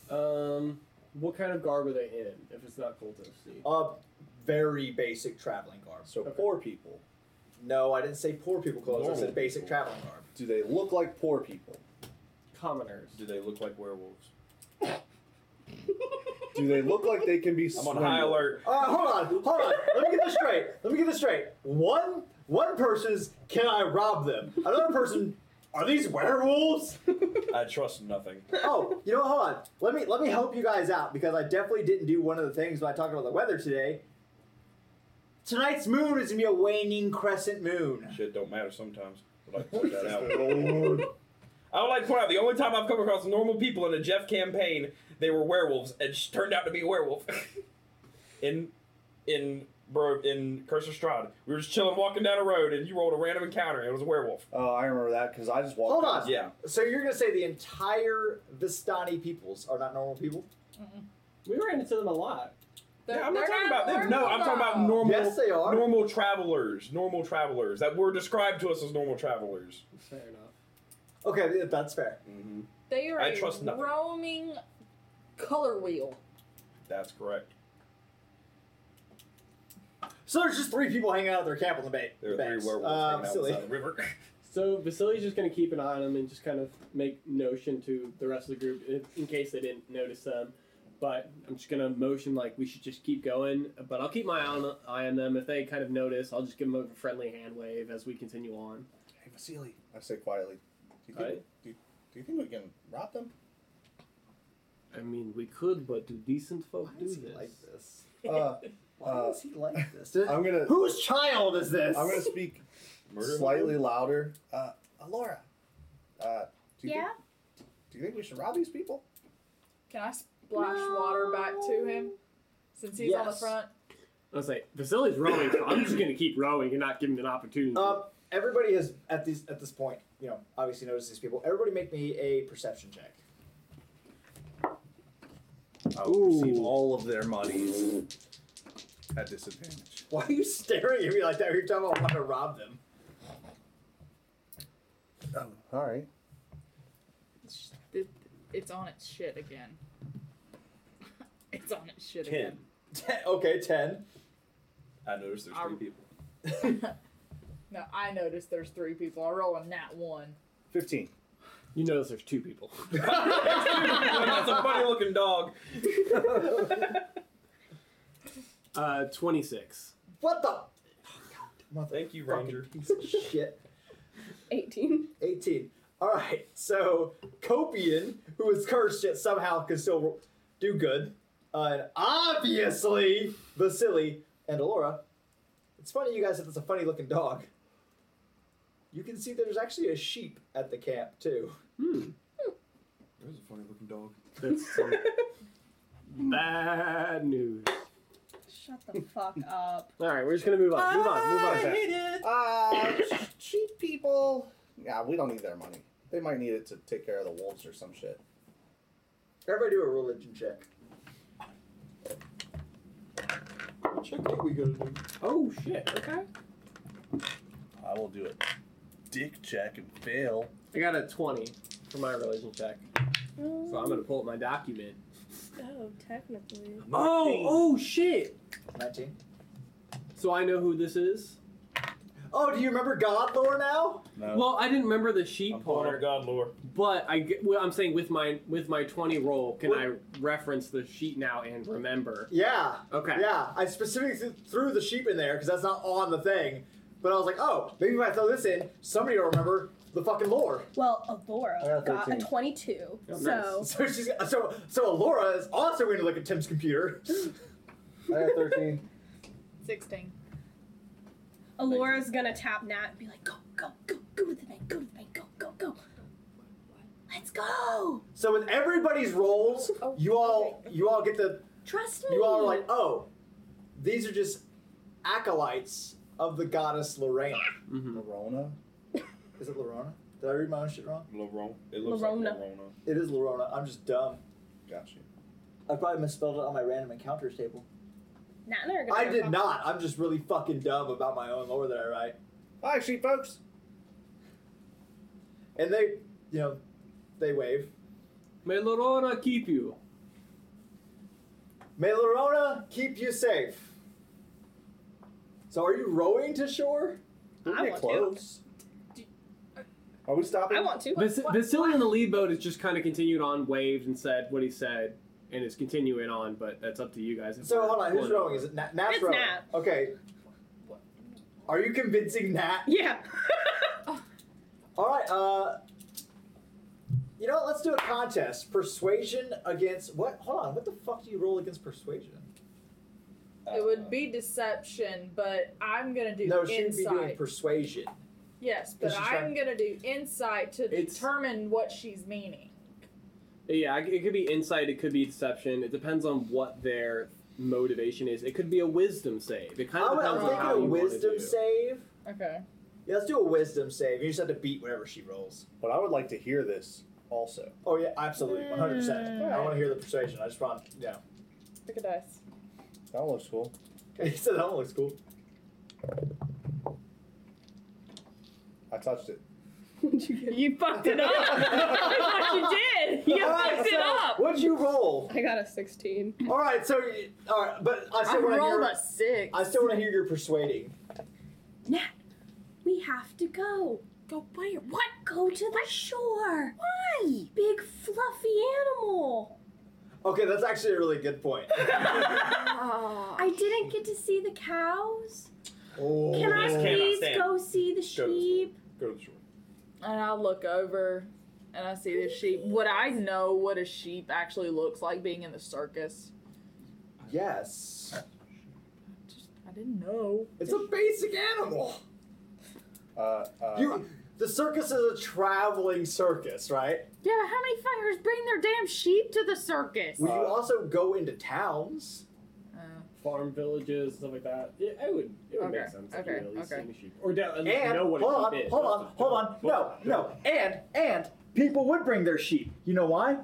S2: Um, what kind of garb are they in? If it's not cultisty.
S3: Uh, very basic traveling garb.
S6: So
S2: Okay.
S6: poor people.
S3: No, I didn't say poor people clothes. I
S4: Normal
S3: said basic
S4: people.
S3: traveling garb.
S6: Do they look like poor people?
S2: Commoners.
S4: Do they look like werewolves?
S6: Do they look like they can be?
S4: I'm on high
S6: swindled?
S4: alert.
S3: Uh, hold on, hold on. Let me get this straight. Let me get this straight. One one person is can I rob them? Another person are these werewolves?
S4: I trust nothing.
S3: Oh, you know what? Hold on. Let me let me help you guys out because I definitely didn't do one of the things when I talked about the weather today. Tonight's moon is gonna be a waning crescent moon.
S4: Shit don't matter sometimes. I'd like to point that out. I would like to point out the only time I've come across normal people in a Jeff campaign, they were werewolves and she turned out to be a werewolf. in in bro in Curse of Strahd, we were just chilling, walking down a road, and you rolled a random encounter, and it was a werewolf.
S6: Oh, I remember that because I just walked.
S3: Hold
S6: past
S3: on.
S4: Yeah,
S3: So you're gonna say the entire Vistani peoples are not normal people?
S2: We ran into them a lot.
S9: They're-
S4: I'm not
S9: they're
S4: talking about them.
S9: normal,
S4: No, I'm talking about
S9: though.
S4: normal,
S3: Yes, they are.
S4: normal travelers, normal travelers that were described to us as normal travelers.
S2: Fair enough.
S3: Okay, th- that's fair.
S4: Mm-hmm.
S9: They are
S4: I
S9: a
S4: trust nothing.
S9: roaming color wheel.
S4: That's correct.
S3: So there's just three people hanging out at their camp on the bay.
S4: There are
S3: the
S4: three
S3: banks.
S4: werewolves
S3: Uh,
S4: hanging out
S3: silly.
S4: beside the river.
S2: So Vasily's just gonna keep an eye on them and just kind of make notion to the rest of the group in- in case they didn't notice them. But I'm just gonna motion like we should just keep going. But I'll keep my eye on, eye on them. If they kind of notice, I'll just give them a friendly hand wave as we continue on.
S6: Hey, Vasily. I say quietly. Do you think?
S2: Right?
S6: Do, do you think we can rob them?
S2: I mean, we could, but do decent folk
S3: Why
S2: do
S3: does he
S2: this?
S3: like this?
S6: Uh,
S3: Why
S6: Uh,
S3: is he like this?
S6: I'm gonna.
S3: Whose child is this?
S6: I'm gonna speak
S4: Murder
S6: slightly louder. Uh, Alora. Uh, do you
S5: Yeah?
S6: Think, do you think we should rob these people?
S9: Can I splash water back to him? Since he's on the
S3: Yes.
S9: front,
S2: I was like, Vasili's rowing, so I'm just gonna keep rowing and not give him an opportunity.
S3: Um, everybody is at these at this point. You know, obviously notice these people. Everybody, make me a perception check.
S6: I will receive
S2: Ooh.
S6: all of their monies at disadvantage.
S3: Why are you staring at me like that? You're talking about wanting to rob them.
S6: Oh, all right.
S9: it's- it- it's on its shit again. It's on its shit
S4: Ten.
S3: Ten, okay, ten.
S4: I noticed there's
S9: Our-
S4: three people.
S9: again. no, I noticed there's three people. I roll a nat one.
S6: 15.
S2: you notice there's two people.
S4: That's a funny looking dog.
S2: Uh, 26.
S3: What the? Oh,
S4: Thank you,
S3: Fucking
S4: Ranger.
S3: piece of shit.
S7: 18.
S3: 18. All right, so Copian, who is cursed yet somehow can still do good, uh, and obviously Vasily and Alora. It's funny you guys said it's a funny looking dog. You can see there's actually a sheep at the camp too.
S1: There's a funny looking dog.
S2: That's some bad news.
S7: Shut the fuck up.
S2: All right, we're just gonna move on. Move on. Move on.
S6: I hate Uh, cheap people. Yeah, we don't need their money. They might need it to take care of the wolves or some shit.
S3: Everybody do a religion check.
S1: What check are we gonna do?
S2: Oh shit. Okay.
S6: I will do it. Dick check and fail.
S2: I got a 20 for my religion check, so I'm gonna pull up my document.
S7: Oh, technically.
S2: Oh, oh shit.
S3: 19.
S2: So I know who this is.
S3: Oh, do you remember God lore now?
S6: No.
S2: Well, I didn't remember the sheep
S4: I'm pulling up
S2: part,
S4: God lore.
S2: but I get, well, I'm saying with my with my 20 roll, can I reference the sheet now and remember?
S3: Yeah.
S2: Okay.
S3: Yeah, I specifically th- threw the sheep in there because that's not on the thing. But I was like, oh, maybe if I throw this in, somebody will remember the fucking lore.
S7: Well, Alora
S6: I got
S7: got a
S6: 13.
S7: 22.
S2: Oh, nice.
S7: so,
S3: So she's so so Laura is also going to look at Tim's computer.
S6: I got 13.
S9: Sixteen.
S7: Alora's gonna tap Nat and be like, go, go, go, go to the bank, go to the bank, go, go, go. Let's go.
S3: So with everybody's rolls,
S7: Oh,
S3: you all you all get the
S7: Trust me.
S3: you all are like, oh, these are just acolytes of the goddess Lorena.
S2: Mm-hmm.
S6: Verona.
S3: Is it Lorona? Did I read my own shit wrong?
S4: Lorone. It looks like
S7: Lorona.
S4: Lorona.
S3: It is Lorona. I'm just dumb.
S6: Got you.
S3: I probably misspelled it on my random encounters table.
S7: Nat and I are gonna
S3: I
S7: go
S3: did
S7: talk-
S3: not. I'm just really fucking dumb about my own lore that I write.
S6: Hi, sheep folks.
S3: And they, you know, they wave.
S2: May Lorona keep you.
S3: May Lorona keep you safe. So are you rowing to shore?
S6: We'll
S7: I
S6: get
S7: want
S6: close.
S9: Do-
S6: Are we stopping?
S7: I want to.
S2: Vas-
S9: what-
S2: Vasily in the lead boat has just kind of continued on, waved, and said what he said, and is continuing on. But that's up to you guys.
S3: So hold on, who's rowing? Is it Nat? Nat's
S7: It's
S3: rowing.
S7: Nat.
S3: Okay. Are you convincing Nat?
S7: Yeah.
S3: All right. Uh, you know what? Let's do a contest. Persuasion against what? Hold on. What the fuck do you roll against persuasion?
S9: It would be deception, but I'm gonna do
S3: no, she would be
S9: insight.
S3: doing persuasion.
S9: yes,
S3: This
S9: but
S3: is
S9: I'm
S3: fine.
S9: gonna do insight to
S2: It's-
S9: determine what she's meaning.
S2: Yeah, I- it could be insight. It could be deception. It depends on what their motivation is. It could be a wisdom save. It kind
S3: I
S2: of
S3: would-
S2: depends
S3: I'm
S2: on how
S3: thinking
S2: you
S3: a
S2: wanna
S3: wisdom
S2: do.
S3: save.
S9: Okay.
S3: Yeah, let's do a wisdom save. You just have to beat whatever she rolls.
S6: But I would like to hear this also.
S3: Oh yeah, absolutely, one hundred percent. I
S9: Mm.
S3: want to hear the persuasion. I just want, yeah.
S9: Pick a dice.
S6: That looks cool.
S3: Okay, so that one looks cool.
S6: I touched it.
S7: you fucked it up. I thought you did. You
S3: All right, so What'd you roll?
S7: I got a 16.
S3: All right, so you- all right, but I still want to hear.
S9: six.
S3: I still want to hear your persuading.
S7: Nat, we have to go. Go where? What? Go to the shore. Why? Big fluffy animal.
S3: Okay, that's actually a really good point.
S9: Ah.
S7: I didn't get to see the cows.
S3: Oh.
S7: Can I
S4: Yes, Cam,
S7: please
S4: stand.
S7: go see the sheep?
S4: Go to the shore.
S9: And I look over and I see the sheep. Would I know what a sheep actually looks like being in the circus?
S3: Yes,
S9: Just, I didn't know.
S3: it's a basic animal.
S6: Uh, uh,
S3: You, the circus is a traveling circus, right?
S9: Yeah, but how many fuckers bring their damn sheep to the circus?
S3: Would you
S6: Uh,
S3: also go into towns?
S9: Oh,
S2: farm villages, stuff like that. Yeah, it would it would make
S9: Okay,
S2: sense. if
S9: okay,
S2: you at least
S9: okay.
S2: seen the sheep. Or down, at least
S3: And
S2: know what
S3: hold
S2: a sheep
S3: on,
S2: is.
S3: hold on, hold on. No, no. And and people would bring their sheep. You know why?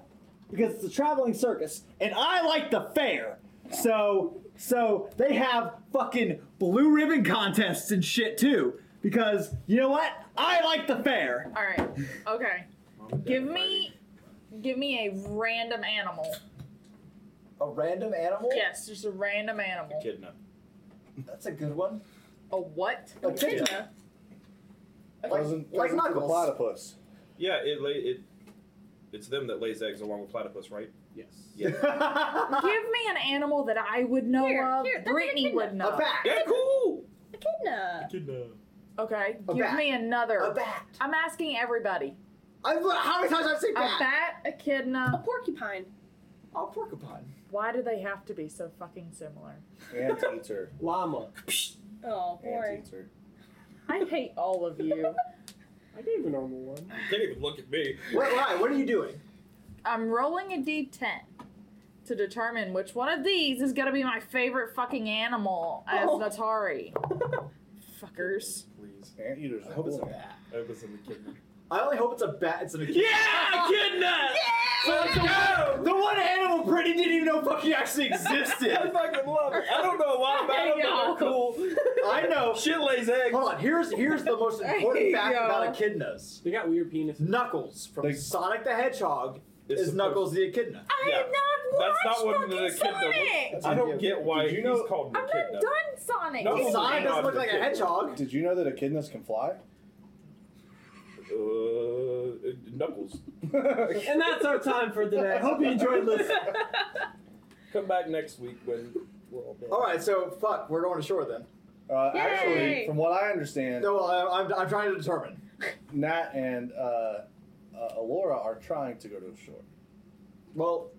S3: Because it's a traveling circus, and I like the fair. So so they have fucking blue ribbon contests and shit too. Because you know what? I like the fair.
S9: All right. Okay. Give me, give me a random animal.
S3: A random animal.
S9: Yes, just a random animal.
S4: Kidnap.
S3: That's a good one.
S9: A what?
S3: A kidna.
S6: Cousin,
S3: Like- like
S6: cousin to the
S3: Knuckles.
S6: platypus.
S4: Yeah, it, la- it it's them that lays eggs along with platypus, right?
S2: Yes.
S4: Yeah.
S9: Give me an animal that I would know
S7: Here,
S9: of.
S7: here, that's an
S9: Brittany
S7: echidna.
S9: would know.
S3: A bat.
S4: Yeah, cool.
S7: Echidna.
S9: Okay.
S3: A
S9: give
S3: bat.
S9: me another.
S3: A bat.
S9: I'm asking everybody.
S3: I, how many times I've seen
S9: A
S3: bat?
S9: bat,
S7: A
S9: echidna.
S7: porcupine.
S3: A porcupine.
S9: Why do they have to be so fucking similar?
S6: Anteater.
S2: Llama.
S7: Oh, boring.
S6: Anteater.
S9: I hate all of you.
S2: I gave a normal one.
S4: Can't even look at me.
S3: What? Why? What are you doing?
S9: I'm rolling a d10 to determine which one of these is gonna be my favorite fucking animal as
S7: Oh.
S9: Natari. Fuckers.
S4: Please.
S6: Anteaters.
S3: I hope it's a bat.
S4: I hope it's in the kidnap.
S3: I only hope it's a bat. It's an echidna.
S4: Yeah, kidnap.
S3: So it's the, one, the one animal Brittany didn't even know fucking actually
S4: I
S3: existed.
S4: fucking love it. I don't know why, but I don't know. Cool.
S3: I know.
S4: Shit lays eggs.
S3: Hold on. Here's here's the most important
S9: Hey,
S3: fact
S9: yo.
S3: about echidnas.
S2: They got weird penises.
S3: Knuckles from
S6: Like-
S3: Sonic the Hedgehog
S4: It's
S3: is
S4: supposed-
S3: Knuckles the echidna.
S9: I
S4: Yeah.
S9: have not
S4: That's
S9: watched
S4: not what
S9: fucking
S4: the kidnap was.
S9: Sonic!
S4: I don't get why
S6: Did you
S4: he's
S6: know-
S4: called
S9: I'm
S4: the
S9: not
S4: kidnap.
S9: done Sonic!
S4: No.
S9: It's-
S3: Sonic doesn't look like a
S4: Knuckles.
S3: hedgehog.
S6: Did you know that echidnas can fly?
S4: Uh, Knuckles.
S6: Uh,
S2: And that's our time for today. I hope you enjoyed listening.
S4: Come back next week when we're all dead.
S3: All right, so fuck, we're going ashore then.
S6: Uh,
S7: Yay!
S6: actually, from what I understand,
S3: No, I, I'm, I'm trying to determine.
S6: Nat and uh, uh, Alora are trying to go to the shore.
S3: Well,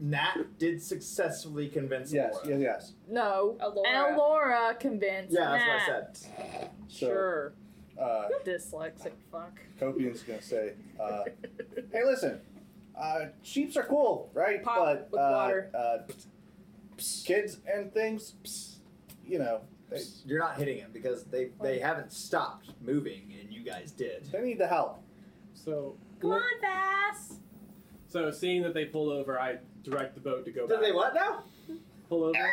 S3: Nat did successfully convince.
S6: Yes,
S3: Laura.
S6: yes, yes.
S9: No.
S7: Elora.
S9: Elora convinced.
S3: Yeah, that's
S9: Nat.
S3: what I said.
S6: So,
S9: Sure.
S6: Uh,
S9: Dyslexic fuck.
S6: Copian's gonna say, uh, "Hey, listen, uh, sheep's are cool, right?
S9: Pop
S6: but
S9: with
S6: uh,
S9: water.
S6: Uh, kids and things, psst, you know, they,
S3: You're not hitting him because they they haven't stopped moving, and you guys did.
S6: they need the help."
S2: So
S7: Come on, Bass.
S2: so seeing that they pulled over, I direct the boat to go
S3: Did
S2: back.
S3: they what now?
S2: Pull over.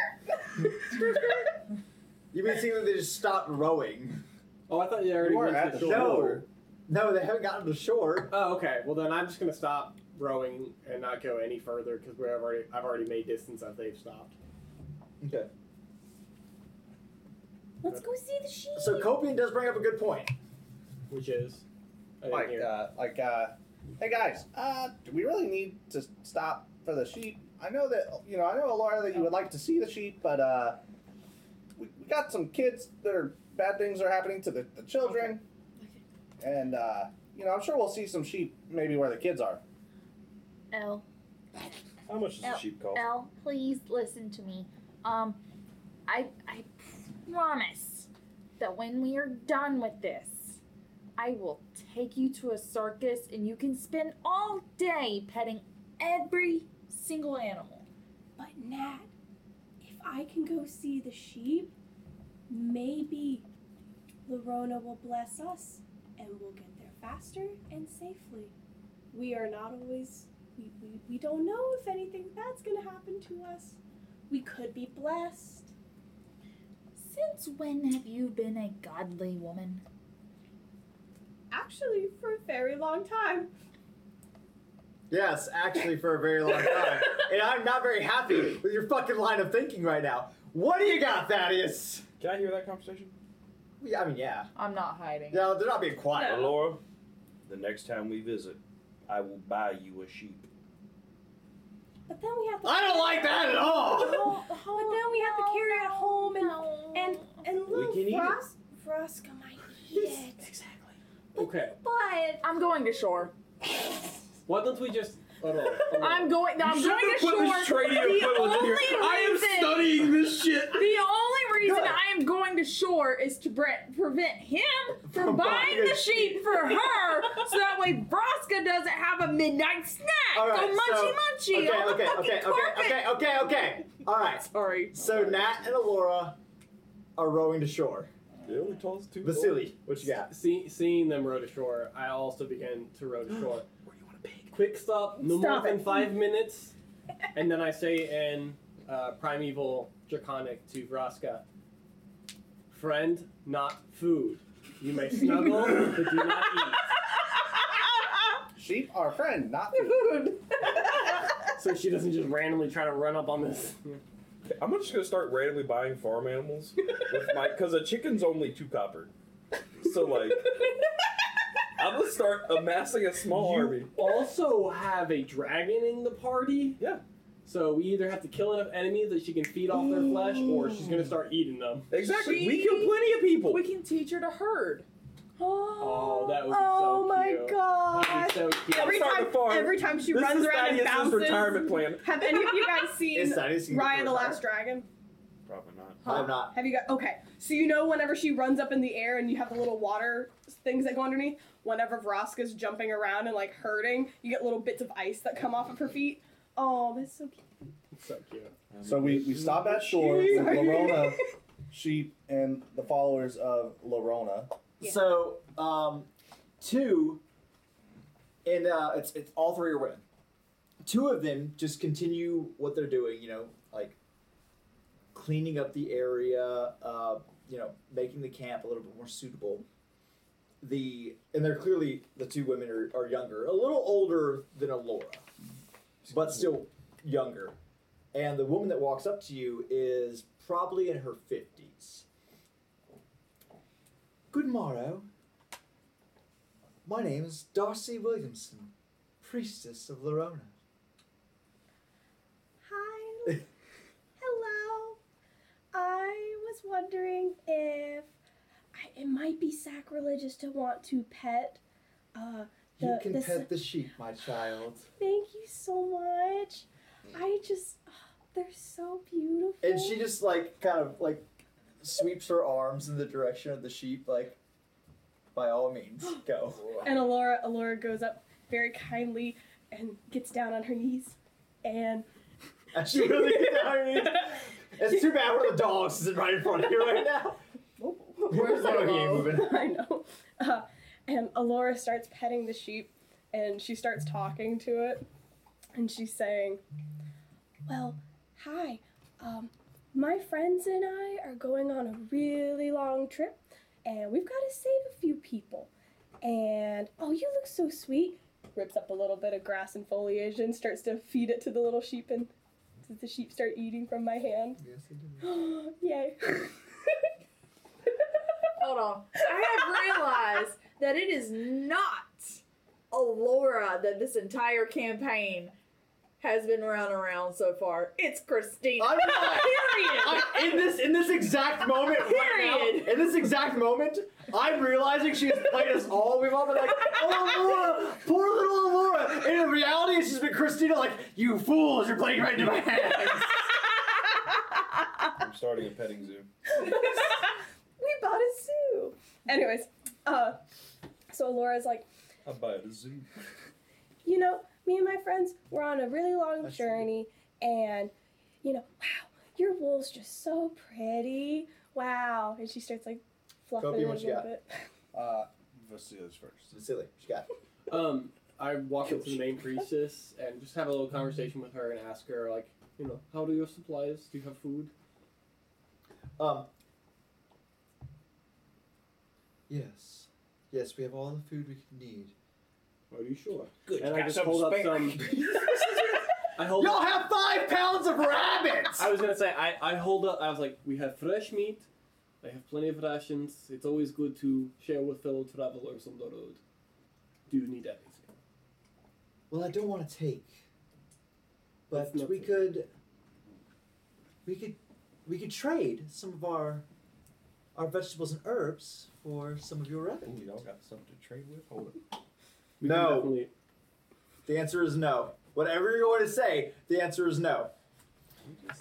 S3: You mean seeing that they just stopped rowing?
S2: Oh, I thought you already
S6: We weren't
S2: went
S6: at
S2: to
S6: the
S2: shore.
S3: No, no, they haven't gotten to shore.
S2: Oh, okay. Well, then I'm just gonna stop rowing and not go any further because we're already I've already made distance as they've stopped.
S3: Okay.
S5: Let's go see the sheep.
S3: So Copian does bring up a good point.
S2: Which is, I didn't
S6: Like,
S2: hear.
S6: uh, like, uh, hey guys, uh, do we really need to stop for the sheep? I know that you know, I know Alora that you would like to see the sheep, but uh, we, we got some kids that are bad things are happening to the, the children, and uh, you know, I'm sure we'll see some sheep maybe where the kids are.
S5: L
S4: How much does
S5: Oh.
S4: a sheep cost?
S5: L, please listen to me. Um, I I promise that when we are done with this, I will take you to a circus and you can spend all day petting every single animal.
S7: But Nat, if I can go see the sheep, maybe Lorona will bless us and we'll get there faster and safely. We are not always, we, we, we don't know if anything bad's going to happen to us. We could be blessed.
S5: Since when have you been a godly woman?
S7: Actually, for a very long time.
S3: Yes, actually, for a very long time, and I'm not very happy with your fucking line of thinking right now. What do you got, Thaddeus?
S4: Can I hear that conversation?
S3: Yeah, I mean, yeah.
S9: I'm not hiding.
S3: No, they're not being quiet.
S7: No.
S4: Laura, the next time we visit, I will buy you a sheep.
S7: But then we have to.
S3: I don't like that at all.
S7: But then we have to carry it home and and and
S4: We
S7: little
S4: can eat it.
S7: Fros- Frosca might eat it.
S2: okay.
S7: But
S9: I'm going to shore.
S2: Why don't we just? Hold on. hold on.
S9: I'm going. I'm going to shore. the only reason,
S4: studying this shit.
S9: The only reason
S3: Good.
S9: I am going to shore is to bre- prevent him from,
S3: From
S9: buying
S3: buying
S9: the
S3: a
S9: sheep for her, so that way Broska doesn't have a midnight snack.
S3: All right,
S9: go
S3: so-
S9: munchy munchy
S3: Okay,
S9: on the
S3: okay,
S9: fucking
S3: okay,
S9: carpet.
S3: okay, okay, okay, okay. All right.
S9: Sorry.
S3: So Nat and Alora are rowing to shore.
S4: They only tossed two.
S3: Vasily, what you got?
S2: See, seeing them row to shore, I also began to row to shore.
S4: Where you want to pig?
S2: Quick stop, no
S5: Stop
S2: more
S5: it.
S2: than five minutes, and then I say in uh, primeval draconic to Vraska, "Friend, not food. You may snuggle, but do not eat."
S6: Sheep are a friend, not food.
S9: Food.
S2: So she doesn't just randomly try to run up on this.
S4: I'm just gonna start randomly buying farm animals with my because a chicken's only two copper. So like, I'm gonna start amassing a small
S2: you
S4: army.
S2: also have a dragon in the party.
S4: Yeah.
S2: So we either have to kill enough enemies that she can feed off their flesh, or she's gonna start eating them.
S4: Exactly.
S9: She-
S4: We kill plenty of people.
S9: We can teach her to herd.
S2: Oh, that would be
S7: Oh
S2: so
S7: my
S2: cute.
S7: god.
S2: That'd be so cute.
S4: I'm
S7: Every
S4: starting
S7: time,
S4: to farm.
S7: every time she
S4: this
S7: runs
S4: is
S7: around and
S4: Thaddeus's
S7: bounces.
S4: retirement plan.
S7: Have any of you guys seen
S3: Is Thaddeus gonna get
S7: Raya the
S3: to retire?
S7: Last Dragon?
S4: Probably not.
S3: I'm not.
S7: Have you got okay? So you know whenever she runs up in the air and you have the little water things that go underneath. Whenever Vraska's jumping around and like hurting, you get little bits of ice that come off of her feet. Oh, that's so cute.
S2: It's so cute.
S6: So we, we stop at shore with Lorona, sheep, and the followers of Lorona.
S7: Yeah.
S3: So, um, two, and uh, it's it's all three are women. Two of them just continue what they're doing, you know, like cleaning up the area, uh, you know, making the camp a little bit more suitable. The and they're clearly the two women are, are younger, a little older than Alora, but still younger. And the woman that walks up to you is probably in her fifties. Good morrow. My name is Darcy Williamson, priestess of Lorona.
S7: Hi. Hello. I was wondering if I, it might be sacrilegious to want to pet. Uh,
S3: You
S7: The-
S3: can
S7: this-
S3: pet the sheep, my child.
S7: thank you so much. I just, they're so beautiful.
S3: And she just like kind of like sweeps her arms in the direction of the sheep, like, by all means, go.
S7: And Alora, Alora goes up very kindly and gets down on her knees. And
S3: And she really gets down here. It's too bad one of the dogs isn't right in front of you right now.
S9: Where's the
S3: Oh, he ain't
S9: dog?
S3: moving.
S7: I know. Uh, and Alora starts petting the sheep and she starts talking to it. And she's saying, Well, hi. Um, my friends and I are going on a really long trip and we've got to save a few people. And oh, you look so sweet. Rips up a little bit of grass and foliage and starts to feed it to the little sheep. And does the sheep start eating from my hand?
S3: Yes, he did.
S7: Yay.
S9: Hold on. I have realized that it is not Alora that this entire campaign has been round and round so far. It's Christina.
S3: I'm not-
S9: Period.
S3: I, in this in this exact moment right
S9: Period.
S3: now, in this exact moment, I'm realizing she has played us all. We've all been like, "Oh, Laura, poor little Laura." And in reality, it's just been Christina like, "You fools, you're playing right into my hands."
S4: I'm starting a petting zoo.
S7: we bought a zoo. Anyways, uh, so Laura's like,
S4: I buy a zoo.
S7: you know, me and my friends were on a really long
S3: That's
S7: journey, and you know, wow, your wool's just so pretty. Wow, and she starts like fluffing
S3: Kobe,
S7: it a
S3: what you
S7: little
S3: got?
S7: bit.
S6: Uh, Vasilis first.
S3: Silly, she got.
S2: Um, I walk up to the main priestess and just have a little conversation with her and ask her, like, you know, how do your supplies? Do you have food?
S3: Um. Yes, yes, we have all the food we could need.
S2: Are you sure?
S4: Good.
S2: And I just hold up some. I hold.
S3: Y'all
S2: Up,
S3: have five pounds of rabbits.
S2: I was gonna say I, I hold up. I was like, we have fresh meat. They have plenty of rations. It's always good to share with fellow travelers on the road. Do you need anything?
S3: Well, I don't want to take, but
S2: That's not
S3: we
S2: it.
S3: could. We could, we could trade some of our, our vegetables and herbs for some of your revenue.
S4: y'all got something to trade with? Hold
S2: We
S3: No.
S2: can definitely-
S3: The answer is no. Whatever you're going to say, the answer is no.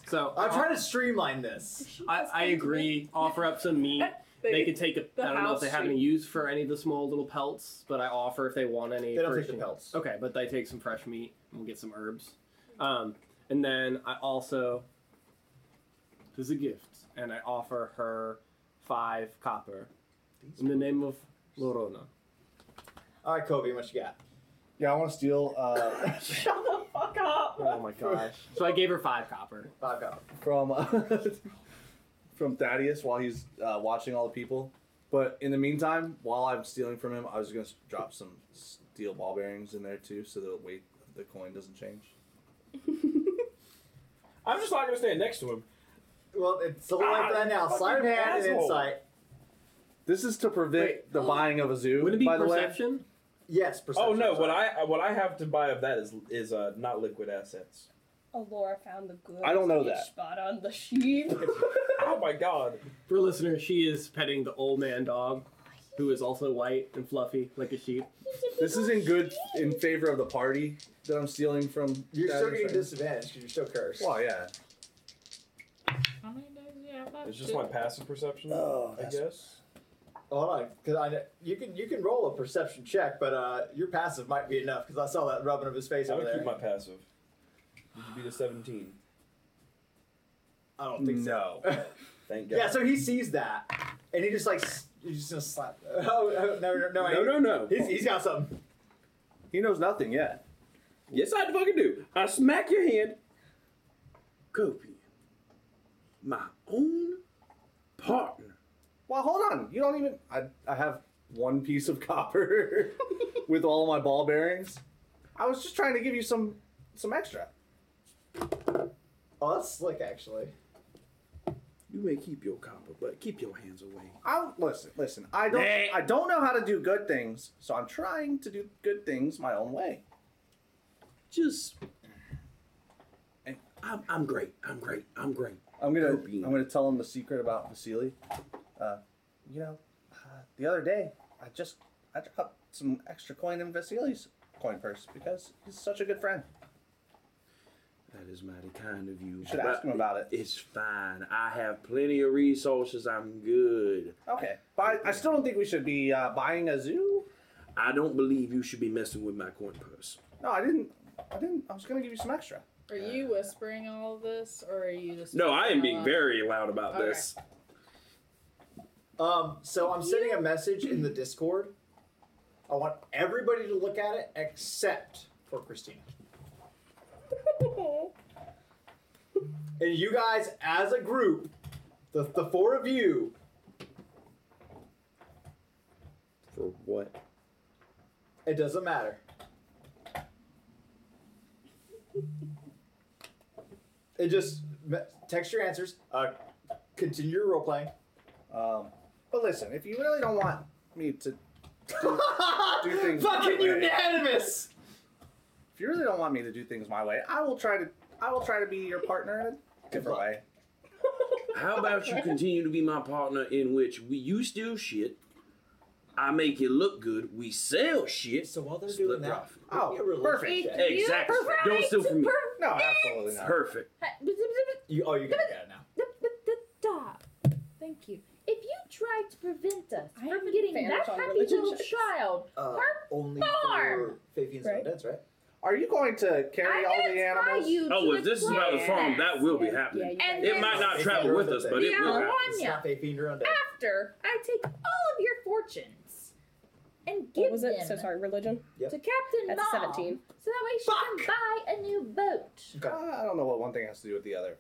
S2: So uh,
S3: I'm trying to streamline this.
S2: I, I agree. Offer up some meat.
S9: They-
S2: They could take a.
S9: the
S2: I don't know if
S9: house
S2: they have any
S9: sheep.
S2: use for any of the small little pelts, but I offer if they want any.
S3: They don't
S2: fresh
S3: take the
S2: meat.
S3: pelts.
S2: Okay, but they take some fresh meat and we'll get some herbs. Um, and then I also as a gift, and I offer her five copper in the name of Lorona.
S3: All right, Kobe, what you got?
S6: Yeah, I want to steal uh,
S9: Shut the fuck up.
S2: Oh my gosh! So I gave her five copper.
S3: Five copper.
S6: from uh, from Thaddeus while he's uh, watching all the people. But in the meantime, while I'm stealing from him, I was gonna s- drop some steel ball bearings in there too, so the weight of the coin doesn't change.
S10: I'm just not gonna stand next to him.
S3: Well, it's something like that now.
S10: Ah, fucking
S3: Sleight of hand and
S10: asshole.
S3: insight.
S6: This is to prevent
S2: Wait.
S3: oh.
S6: the buying of a zoo.
S2: Wouldn't it be
S6: by the way,
S2: perception?
S3: Yes, perception.
S10: Oh no, what
S3: sorry.
S10: I what I have to buy of that is is uh, not liquid assets.
S7: Alora found the good.
S6: I don't know that.
S7: Spot on the sheep.
S10: Oh my god.
S2: For listeners, she is petting the old man dog, who is also white and fluffy like a sheep.
S6: this is in good in favor of the party that I'm stealing from.
S3: You're still
S6: Thaddeus,
S3: getting
S6: right?
S3: disadvantaged because you're still cursed.
S6: Well, yeah.
S5: How many days do you have left?
S10: It's just my passive perception,
S6: Oh,
S10: I
S6: that's-
S10: guess.
S3: Hold on, because I know- you can you can roll a perception check, but uh, your passive might be enough because I saw that rubbing of his face
S10: I
S3: over
S10: would
S3: there.
S10: keep my passive. This would be the 17.
S3: I don't think
S10: Mm,
S3: so. No.
S10: Thank God.
S3: yeah, so he sees that, and he just like s- you're just gonna slap. Oh, oh no, no, no!
S10: no, no, no.
S3: He's, he's got something.
S6: He knows nothing yet.
S10: Yes, I fucking do. I smack your hand. Copy. My own partner.
S6: Well, hold on. You don't even. I, I have one piece of copper with all my ball bearings. I was just trying to give you some some extra.
S3: Oh, that's slick actually.
S10: You may keep your copper, but keep your hands away.
S6: I listen, listen. I don't.
S10: Nah.
S6: I don't know how to do good things, so I'm trying to do good things my own way.
S10: Just. I'm, I'm great. I'm great. I'm great.
S6: I'm gonna.
S10: Good being.
S6: I'm gonna tell him the secret about Vasily. Uh, you know, uh, the other day I just I dropped some extra coin in Vasily's coin purse because he's such a good friend.
S4: That is mighty kind of you.
S6: You should ask him about it.
S4: It's fine. I have plenty of resources. I'm good.
S6: Okay, but I, I still don't think we should be uh, buying a zoo.
S4: I don't believe you should be messing with my coin purse.
S6: No, I didn't. I didn't. I was gonna give you some extra.
S9: Are you whispering all of this, or are you just?
S4: No, I am being
S9: Uh,
S4: very loud about
S9: Okay.
S4: this.
S3: Um, so I'm sending a message in the Discord. I want everybody to look at it except for Christina. and you guys, as a group, the, the four of you,
S4: For what?
S3: it doesn't matter. It just me- text your answers. Uh, continue your role playing.
S6: Um, but listen, if you really don't want me to, Do things
S3: Fucking
S6: my way.
S3: unanimous.
S6: if you really don't want me to do things my way, I will try to. I will try to be your partner in a different way.
S4: How about you continue to be my partner in which we you steal shit, I make it look good, we sell shit.
S3: So while they're
S4: Split
S3: doing that,
S4: profit.
S6: Oh,
S3: give me a
S6: perfect.
S3: relationship.
S5: If you
S4: Exactly.
S5: try
S4: Don't steal
S5: to
S4: from me.
S5: per-
S6: No, absolutely not.
S4: Perfect.
S3: You, oh, you got it now.
S5: Stop. Thank you. If you try to prevent us
S7: I
S5: from
S7: haven't
S5: getting
S7: failed
S5: that
S7: on
S5: happy little
S7: relationships.
S5: child,
S3: Uh,
S5: Her
S3: only
S5: farm!
S3: for Fabian's
S7: Right.
S3: undeads, right?
S6: Are you going to carry
S5: I'm
S6: all
S5: gonna
S6: the animals?
S5: tell you
S4: Oh,
S5: to
S4: if this is
S5: explain
S4: about the farm, that will be
S7: Yeah,
S4: happening.
S7: yeah,
S5: And
S7: you-
S4: It might not
S3: It's
S4: travel
S3: not
S4: with
S3: worth
S4: us,
S3: it.
S4: but it
S5: Yeah.
S4: will happen.
S3: It's
S5: Yeah.
S3: not Fabian or undead.
S5: after I take all of your fortunes and give
S7: What was it?
S5: them
S7: So sorry, religion.
S5: to Captain
S7: That's
S5: Maul,
S7: 17.
S5: so that way she can buy a new boat.
S3: Okay.
S6: I don't know what one thing has to do with the other.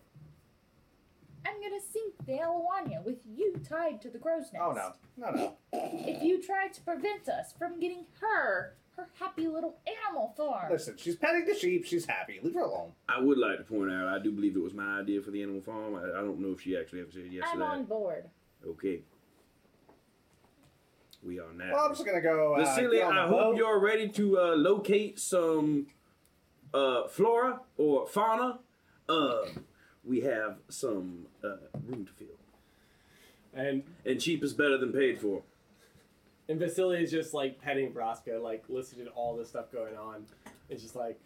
S5: I'm gonna sink the Alawania with you tied to the crow's nest.
S6: Oh no, no, no.
S5: If you try to prevent us from getting her, her happy little animal farm.
S6: Listen, she's petting the sheep. She's happy. Leave her alone.
S4: I would like to point out, I do believe it was my idea for the animal farm. I, I don't know if she actually ever said yes
S5: I'm
S4: to that.
S5: on board.
S4: Okay. We are now.
S6: Well, I'm just gonna go. Uh,
S4: Vasily,
S6: get on the
S4: I hope
S6: boat.
S4: you're ready to uh, locate some uh, flora or fauna. Um, we have some uh, room to fill,
S2: And
S4: and cheap is better than paid for.
S2: and Vasily is just like petting Brasco, like listening to all this stuff going on. It's just like,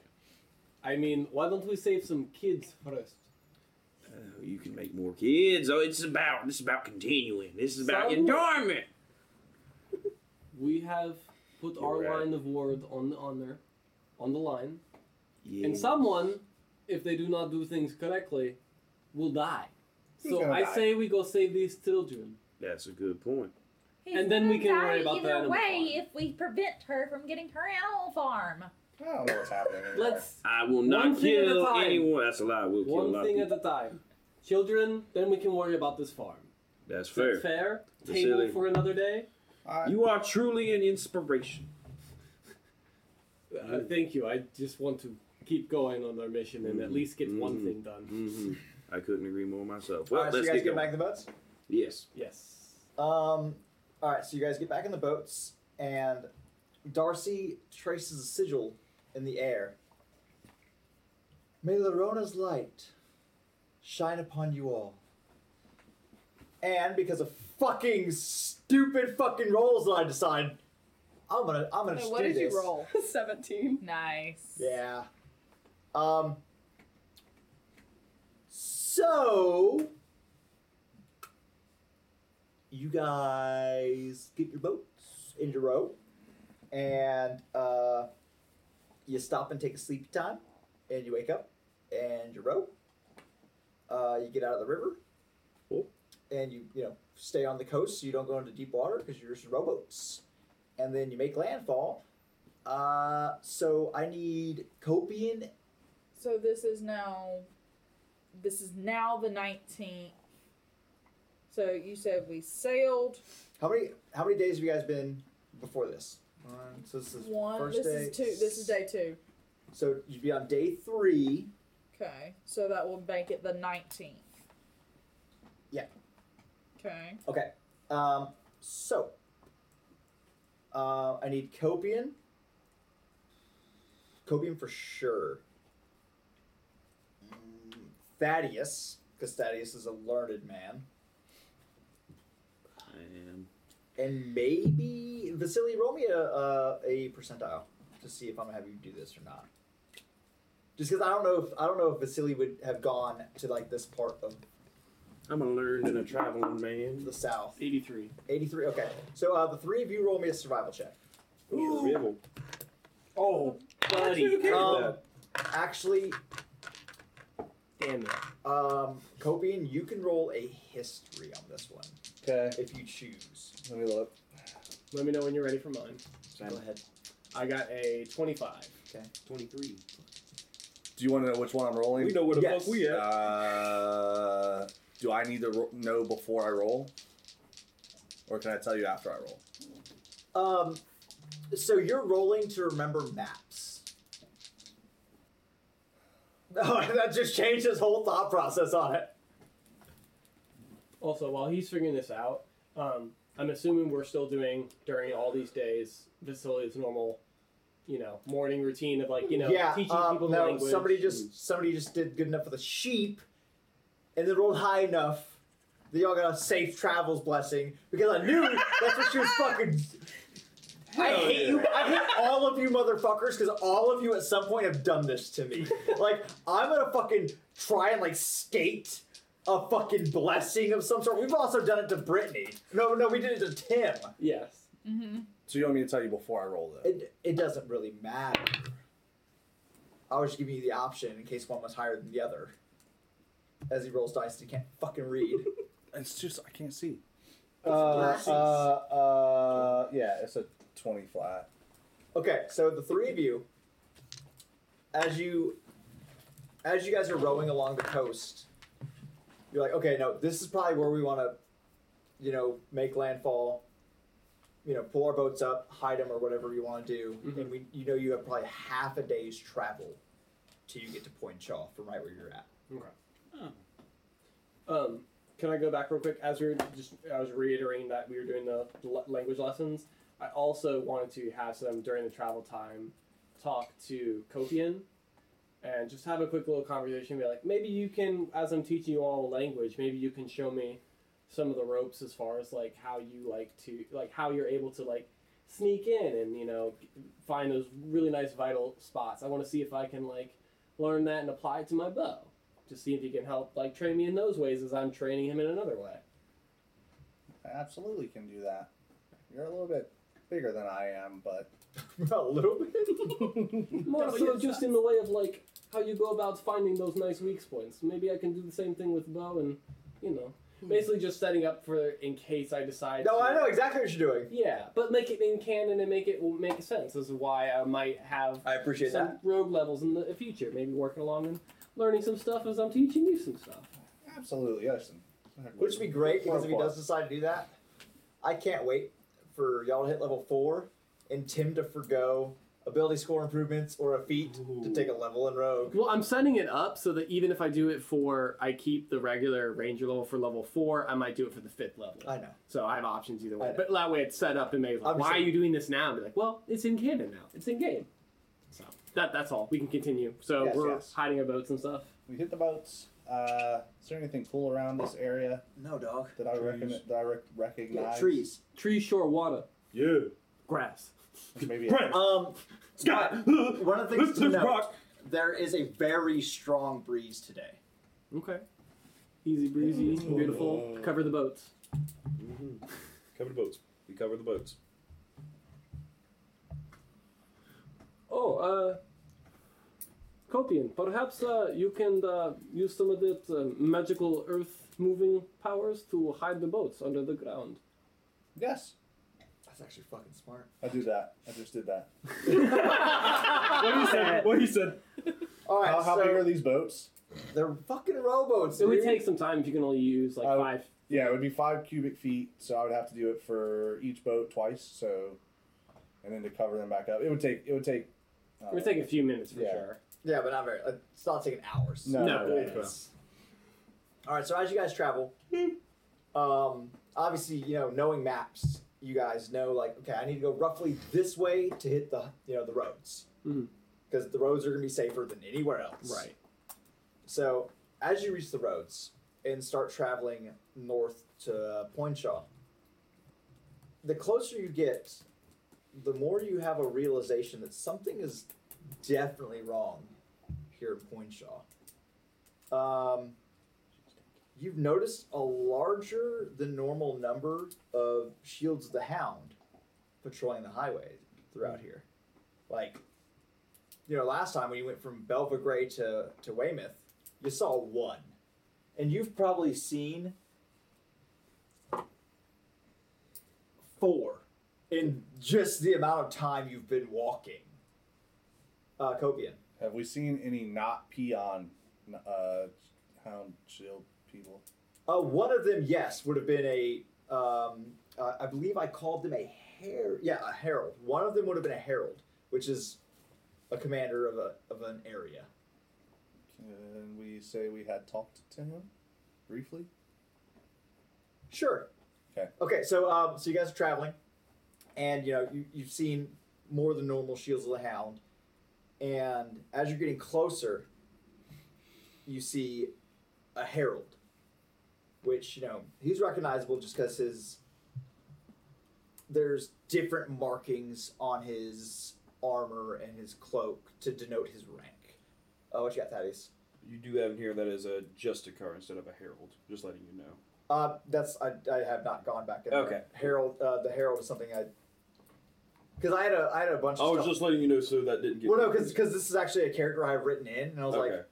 S2: I mean, why don't we save some kids first?
S4: Uh, you can make more kids. Oh, it's about this is about continuing. This is about
S2: So-
S4: enjoyment.
S2: We have put our
S4: You're right.
S2: line of word on the honor, on the line,
S4: Yeah.
S2: and someone, if they do not do things correctly, will die.
S6: He's
S2: so
S6: gonna
S2: I
S6: die.
S2: say we go save these children.
S4: That's a good point.
S5: He's
S2: And then we
S5: gonna
S2: can
S5: die
S2: worry about the
S5: either
S2: animal
S5: way if we prevent her from getting her animal farm.
S6: I don't know what's happening. anymore.
S2: Let's
S4: I will
S2: One
S4: not
S2: thing at a
S4: kill
S2: time.
S4: anyone. That's a lie. We'll kill a
S2: one
S4: lot.
S2: thing
S4: of
S2: at
S4: people.
S2: a time. Children, then we can worry about this farm.
S4: That's
S2: Is
S4: fair.
S2: that fair?
S4: The
S2: Table
S4: ceiling.
S2: for another day.
S6: All right.
S4: You are truly an inspiration. Mm-hmm.
S2: Uh, thank you. I just want to keep going on our mission and at
S4: Mhm.
S2: least get one
S4: Mhm.
S2: thing done.
S4: hmm I couldn't agree more myself. Well,
S3: all right, uh, so
S4: let's
S3: you guys
S4: get,
S3: get
S4: going.
S3: back in the boats.
S4: Yes.
S2: Yes.
S3: Um, all right, so you guys get back in the boats, and Darcy traces a sigil in the air. May Larona's light shine upon you all. And because of fucking stupid fucking rolls that I decide, I'm gonna I'm gonna
S9: Wait,
S3: just
S9: what
S3: do
S9: did
S3: this.
S9: you roll?
S7: 17.
S9: Nice.
S3: Yeah. Um. So you guys get your boats in your row, and uh, you stop and take a sleepy time, and you wake up, and you row. Uh, you get out of the river,
S4: Cool.
S3: and you you know stay on the coast so you don't go into deep water because you're just rowboats, and then you make landfall. Uh, so I need Copian.
S9: So this is now, this is now the nineteenth. So you said we sailed
S3: How many how many days have you guys been before this? One. So this is
S9: one.
S3: First
S9: this
S3: day.
S9: is two. This is day two.
S3: So you'd be on day three.
S9: Okay, so that will make it the nineteenth.
S3: Yeah.
S9: Okay.
S3: Okay. Um, so uh, I need Copian. Copian for sure. Mm, Thaddeus, because Thaddeus is a learned man,
S4: I am.
S3: and maybe Vasily, roll me a, a, a percentile to see if I'm gonna have you do this or not. Just because I don't know if I don't know if Vasily would have gone to like this part of
S4: I'm a learned and a traveling man.
S3: the south.
S2: Eighty-three.
S3: 83. Okay. So uh, the three of you roll me a survival check.
S4: Survival.
S2: Oh, buddy.
S4: Okay.
S3: Um, actually,
S2: Damn it.
S3: um, Copian, you can roll a history on this one
S6: Okay.
S3: if you choose.
S6: Let me look.
S2: Let me know when you're ready for mine.
S3: Go ahead.
S2: I got a twenty-five.
S4: 23.
S6: Do you want to know which one I'm rolling?
S4: We know where the
S3: Yes.
S4: fuck we at.
S6: Uh, do I need to ro- know before I roll, or can I tell you after I roll?
S3: Um, so you're rolling to remember maps. Oh, that just changed his whole thought process on it.
S2: Also, while he's figuring this out, um, I'm assuming we're still doing during all these days Vasili's normal, you know, morning routine of like you know
S3: yeah.
S2: teaching
S3: um,
S2: people the
S3: no,
S2: language.
S3: somebody just somebody just did good enough for the sheep, and then rolled high enough that y'all got a safe travels blessing because I knew that's what she was fucking. I hate you. I hate all of you motherfuckers because all of you at some point have done this to me. like I'm gonna fucking try and like skate a fucking blessing of some sort. We've also done it to Brittany. No, no, we did it to Tim.
S2: yes.
S9: Mm-hmm.
S6: So you want me to tell you before I roll, though?
S3: It, it doesn't really matter. I was just giving you the option in case one was higher than the other. As he rolls dice, he can't fucking read.
S6: it's just I can't see.
S3: Uh, uh,
S6: yeah, it's a twenty flat.
S3: Okay, so the three of you, as you, as you guys are rowing along the coast, you're like, okay, no, this is probably where we want to, you know, make landfall. You know, pull our boats up, hide them, or whatever you want to do, and we, you know, you have probably half a day's travel till you get to Point Chaw from right where you're at.
S2: Okay. Um, can I go back real quick? As we were just, I was reiterating that we were doing the l- language lessons. I also wanted to have some during the travel time talk to Kopian and just have a quick little conversation. Be like, maybe you can, as I'm teaching you all a language, maybe you can show me some of the ropes as far as like how you like to, like how you're able to like sneak in and you know find those really nice vital spots. I want to see if I can like learn that and apply it to my bow to see if he can help like train me in those ways as I'm training him in another way.
S6: I absolutely can do that. You're a little bit bigger than I am, but
S3: a little bit.
S2: More so just in the way of like how you go about finding those nice weak points. Maybe I can do the same thing with bow and you know, basically just setting up for in case I decide.
S3: No,
S2: to-
S3: I know exactly what you're doing.
S2: Yeah, but make it in canon and make it will make sense. This is why I might have
S3: I appreciate
S2: some
S3: that.
S2: rogue levels in the future. Maybe working along and learning some stuff as I'm teaching you some stuff.
S6: Absolutely, listen.
S3: Which would be great because if he
S6: Four.
S3: does decide to do that, I can't wait for y'all to hit level four and Tim to forgo ability score improvements or a feat to take a level in rogue.
S2: Well, I'm setting it up so that even if I do it for, I keep the regular ranger level for level four. I might do it for the fifth level.
S3: I know.
S2: So I have options either
S3: I
S2: way.
S3: know.
S2: But that way it's set up and made like,
S3: I'm
S2: why
S3: just-
S2: are you doing this now? And be like, well, it's in canon now. It's in game. So that that's all. We can continue. So
S6: Yes,
S2: we're
S6: yes.
S2: hiding our boats and stuff.
S6: We hit the boats. Uh, is there anything cool around this area
S3: No, dog.
S6: that I recommend? That I rec-
S3: Yeah,
S6: recognize?
S3: trees.
S2: Tree, shore, water,
S10: Yeah.
S2: grass.
S6: Maybe.
S10: Brent!
S3: Um,
S10: Scott!
S3: one of the things
S10: Let's
S3: to
S10: lift
S3: note,
S10: rock.
S3: there is a very strong breeze today.
S2: Okay. Easy breezy, beautiful. Cover the boats.
S4: Cover the boats. We cover the boats.
S2: Oh, uh, Copian, perhaps uh, you can uh, use some of that uh, magical earth moving powers to hide the boats under the ground.
S6: Yes,
S3: That's actually fucking smart.
S6: I do that. I just did that.
S10: What he said. What he said.
S3: All right,
S6: How, how
S3: so
S6: big are these boats?
S3: they're fucking rowboats.
S2: It would
S3: dude.
S2: take some time if you can only use like
S6: I would-
S2: five.
S6: Yeah, it would be five cubic feet, so I would have to do it for each boat twice. So, and then to cover them back up, it would take it would take. Uh,
S2: It would take a few minutes for
S6: Yeah.
S2: sure.
S3: Yeah, but not very. uh, It's not taking hours.
S6: No,
S2: No,
S6: no,
S2: yeah.
S6: no.
S3: All right, so as you guys travel, um, obviously you know knowing maps, you guys know like okay, I need to go roughly this way to hit the you know the roads
S2: Mhm.
S3: because the roads are gonna be safer than anywhere else.
S2: Right.
S3: So as you reach the roads and start traveling north to Poinshaw, the closer you get, the more you have a realization that something is definitely wrong here in Poinshaw. Um, you've noticed a larger than normal number of Shields of the Hound patrolling the highway throughout here. Like, you know, last time when you went from Belvedere to, to Weymouth, you saw one. And you've probably seen four in just the amount of time you've been walking. Uh, Copian.
S6: Have we seen any not peon, uh, hound shield people?
S3: Uh, one of them, yes, would have been a. Um, uh, I believe I called them a her. Yeah, a herald. One of them would have been a herald, which is a commander of a of an area.
S6: Can we say we had talked to him briefly?
S3: Sure.
S6: Okay.
S3: Okay. So, um, so you guys are traveling, and you know you, you've seen more than normal shields of the hound, and as you're getting closer, you see a herald, which you know he's recognizable just because his there's different markings on his armor and his cloak to denote his rank. Oh, what you got, Thaddeus?
S4: You do have in here that is a justicar instead of a herald. Just letting you know.
S3: Uh, that's I, I have not gone back. In there.
S4: Okay.
S3: Herald, uh, the Herald is something I because I had a I had a bunch.
S4: I
S3: of
S4: was
S3: stuff.
S4: Oh, just letting you know so that didn't get.
S3: well, no, because this is actually a character I've written in, and I was
S4: okay.
S3: like,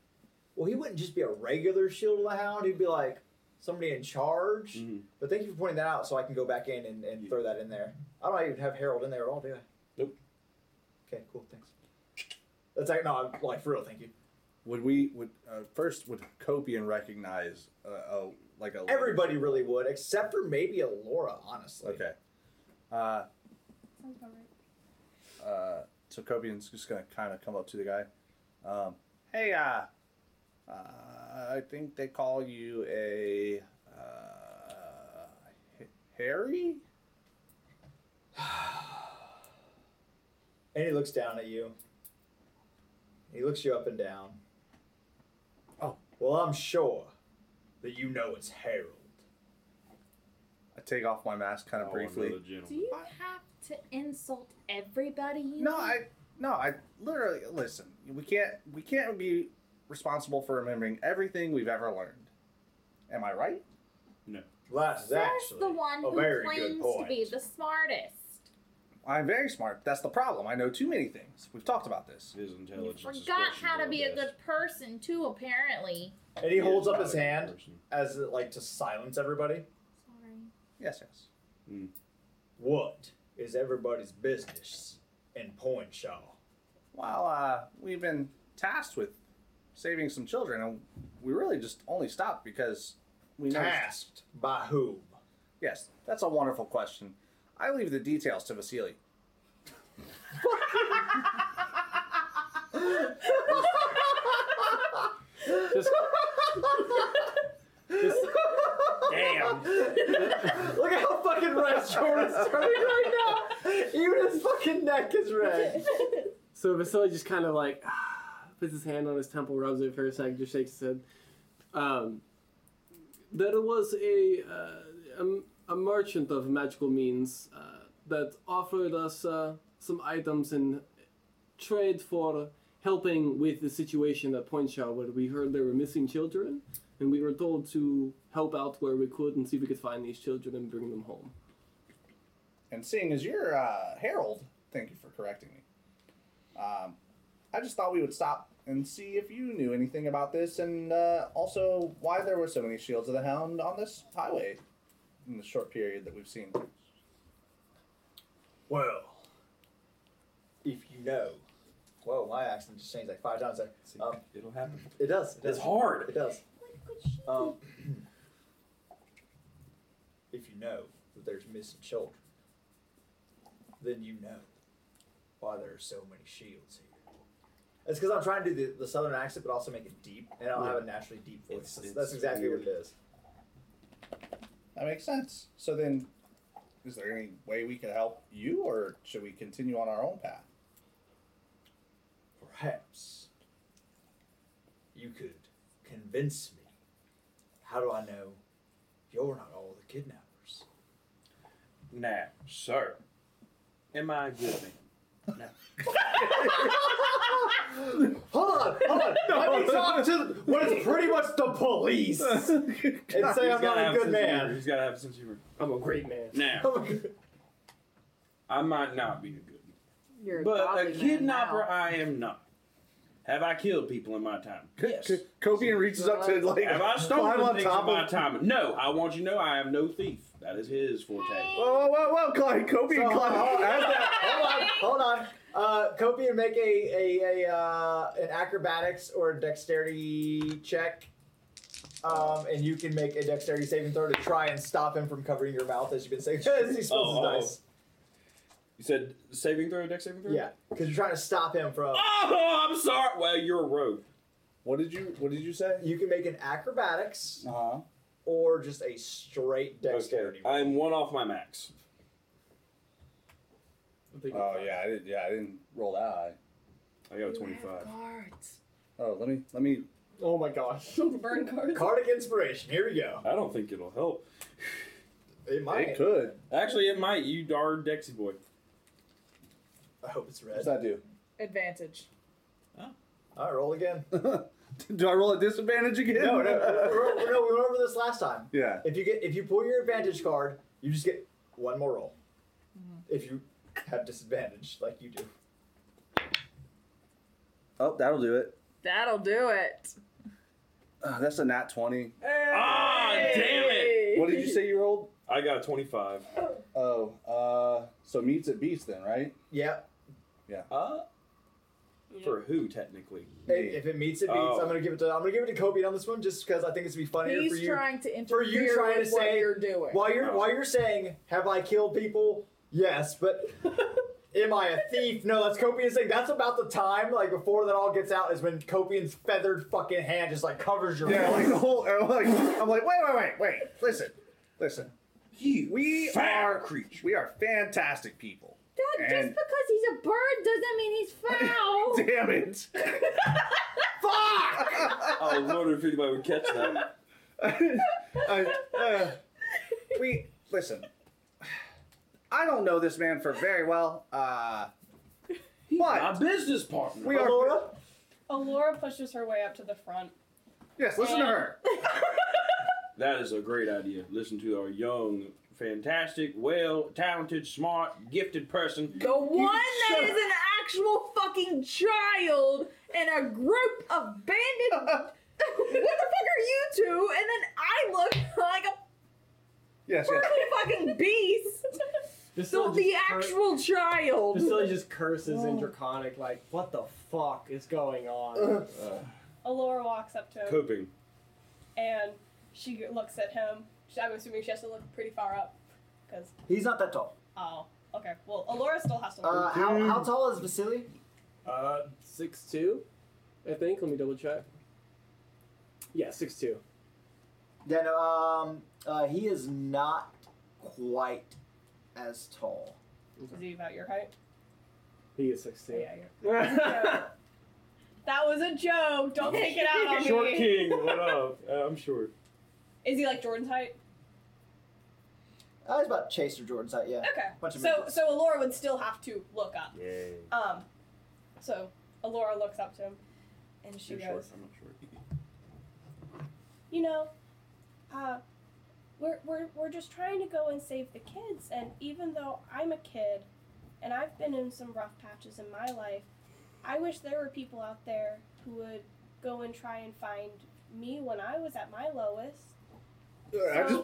S3: well, he wouldn't just be a regular Shield of the Hound. He'd be like somebody in charge.
S4: Mhm.
S3: But thank you for pointing that out, so I can go back in and, and
S4: Yeah.
S3: throw that in there. I don't even have Herald in there at all, do I?
S4: Nope.
S3: Okay, cool, thanks. That's like no, I'm like for real, thank you.
S6: Would we would uh, first would Copian recognize uh, a like a
S3: Everybody really would, except for maybe a Laura, honestly.
S6: Okay. Uh,
S7: Sounds about right.
S6: uh, so Copian's just gonna kind of come up to the guy. Um, hey, uh, uh, I think they call you a uh, H- Harry.
S3: And he looks down at you. He looks you up and down.
S6: Oh.
S3: Well, I'm sure that you know it's Harold.
S6: I take off my mask kind of
S4: Oh,
S6: briefly.
S5: Do you have to insult everybody? You
S6: No,
S5: meet?
S6: I no, I literally listen. We can't we can't be responsible for remembering everything we've ever learned. Am I right?
S3: Well, that's
S5: Sarah's
S3: actually
S5: the one
S3: a
S5: who
S3: very good
S5: claims to
S3: point.
S5: be the smartest.
S6: I'm very smart. That's the problem. I know too many things. We've talked about this.
S4: His intelligence. is
S5: Forgot
S4: question
S5: how to
S4: below
S5: be a
S4: best.
S5: good person too, apparently.
S3: And he
S4: is
S3: holds up
S4: not
S3: his
S4: a good
S3: hand
S4: person.
S3: as it, like to silence everybody.
S5: Sorry.
S6: Yes, yes.
S3: What is everybody's business in Poinshaw?
S6: Well, uh, we've been tasked with saving some children, and we really just only stopped because we noticed.
S3: Tasked by whom?
S6: Yes, that's a wonderful question. I leave the details to Vasily.
S2: Just, just
S3: Damn! Look at how fucking red Jordan is turning right now. Even his fucking neck is red.
S2: So Vasily just kind of like puts his hand on his temple, rubs it for a second, just shakes his head. Um, there was a, uh, a, a merchant of magical means uh, that offered us uh, some items in trade for helping with the situation at Poinshaw, where we heard there were missing children, and we were told to help out where we could and see if we could find these children and bring them home.
S6: And seeing as you're uh, Harold, thank you for correcting me. Um, I just thought we would stop and see if you knew anything about this, and uh, also why there were so many shields of the hound on this highway in the short period that we've seen.
S3: Well, if you know. Whoa, my accent just changed like five times there. Um,
S10: It'll happen.
S3: it does. It does.
S10: It's hard.
S3: It does.
S5: What could she
S3: Um, if you know that there's missing children, then you know why there are so many shields here. It's because I'm trying to do the, the southern accent, but also make it deep, and I don't have a naturally deep voice.
S10: It's-
S3: that's,
S10: it's
S3: that's exactly what it is.
S6: That makes sense. So then, is there any way we can help you, or should we continue on our own path?
S3: Perhaps you could convince me. How do I know you're not all the kidnappers?
S4: Now, sir, am I a good man?
S3: Hold on, hold on. Let me talk to what is pretty much the police and say I'm
S4: He's gotta
S3: not
S4: have
S3: a good
S4: sense of humor.
S3: man.
S4: He's got to have a sense of humor.
S2: I'm a great man.
S4: Now, I might not be a good man,
S9: You're
S4: but a
S9: godly man
S4: kidnapper
S9: now.
S4: I am not. Have I killed people in my time? Yes.
S6: Kobe reaches up to like
S4: Have I
S6: climb
S4: stolen
S6: on
S4: things
S6: top
S4: in my
S6: of-
S4: time? No. I want you to know I am no thief. That is his forte.
S6: Whoa, whoa, whoa, Clyde! Kobe
S3: So,
S6: and
S3: hold,
S4: uh,
S6: Clyde.
S3: on, hold on, hold on. Uh, Kopi and make a a, a uh, an acrobatics or a dexterity check, um, and you can make a dexterity saving throw to try and stop him from covering your mouth as you've been saying. as he spills
S4: Oh, oh.
S3: his dice.
S4: You said saving throw, deck saving
S2: Mm-hmm.
S4: throw.
S3: Yeah, because you're trying to stop him from.
S4: Oh, I'm sorry. Well, you're a rogue.
S6: What did you What did you say?
S3: You can make an acrobatics
S4: Uh-huh.
S6: Uh huh.
S3: or just a straight dexterity.
S4: Okay. Oh, I'm one off my max.
S6: Oh yeah, I did. Yeah, I didn't roll that high.
S4: I got a
S9: You have
S4: 25.
S9: guards.
S6: Oh, let me let me.
S2: Oh my gosh.
S7: Burn cards.
S3: Cardic inspiration. Here we go.
S4: I don't think it'll help.
S3: It might.
S6: It could.
S4: Actually, it might. You are Dexy boy.
S3: I hope it's
S6: What
S3: red.
S6: does that do?
S9: Advantage.
S3: All right, roll again.
S6: do I roll a disadvantage again?
S3: No, no, no, we no, we went over this last time.
S6: yeah.
S3: If you get, if you pull your advantage card, you just get one more roll.
S9: Mm-hmm.
S3: If you have disadvantage, like you do.
S6: Oh, that'll do it.
S9: That'll do it.
S6: Uh, that's a nat twenty.
S4: Ah, damn it!
S6: What did you say you rolled?
S4: I got a 25.
S6: Oh, uh, so meets at beats then, right?
S3: Yep.
S4: Uh, for who technically?
S3: If- If it meets, it beats.
S4: Oh.
S3: I'm gonna give it to. I'm gonna give it to Kobe on this one, just because I think it's gonna be funnier for
S9: He's
S3: you.
S9: trying to
S3: for
S9: interfere
S3: you trying
S9: with
S3: to
S9: what
S3: say-
S9: you're doing.
S3: While you're
S4: Oh.
S3: while you're saying, "Have I killed people?" Yes, but am I a thief? No, that's Copian's thing. That's about the time, like before that all gets out, is when Copian's feathered fucking hand just like covers your.
S6: Yeah, like
S3: mouth.
S6: the whole. I'm like, I'm like, wait, wait, wait, wait. Listen, listen. we
S4: fat
S6: are
S4: creature.
S6: We are fantastic people.
S5: Dad, just
S6: And-
S5: because he's a bird doesn't mean he's foul.
S6: Damn it!
S4: I was wondering Oh, if anybody would catch that.
S6: I, uh, we listen. I don't know this man for very well, uh,
S4: My
S6: but
S4: business partner.
S6: we are.
S3: Laura.
S7: Alora pushes her way up to the front.
S6: Yes, listen to her.
S4: That is a great idea. Listen to our young fantastic, well, talented, smart, gifted person.
S9: The one that
S4: shut
S9: is
S4: up.
S9: an actual fucking child and a group of bandit. what the fuck are you two? And then I look like a
S6: Yes, yes.
S9: perfect fucking beast. So the actual child.
S2: Facility just curses in Draconic, like, what the fuck is going on?
S7: Alora walks up to him
S4: Coping.
S7: and she looks at him. She- I'm assuming she has to look pretty far up because
S3: He's not that tall.
S7: oh okay. Well, Alora still has to look.
S3: Uh, how,
S6: Mm.
S3: how tall is Vasily?
S2: Uh, six two, I think. Let me double check. Yeah, six two.
S3: Then um, uh, he is not quite as tall.
S7: Is he about your height?
S2: He is six two.
S7: Yeah, you're. That was a joke. Don't take it out on
S4: Short
S7: me.
S4: King, what up? Uh, I'm short.
S7: Is he like Jordan's height?
S3: Uh, he's about Chaser Jordan's height, yeah.
S7: Okay.
S3: Bunch of
S7: So
S3: midgets.
S7: so Alora would still have to look up.
S4: Yay.
S7: Um, so Alora looks up to him, and she
S4: You're short.
S7: goes,
S4: I'm not short.
S7: "You know, uh, we're we're we're just trying to go and save the kids. And even though I'm a kid, and I've been in some rough patches in my life, I wish there were people out there who would go and try and find me when I was at my lowest.
S6: I just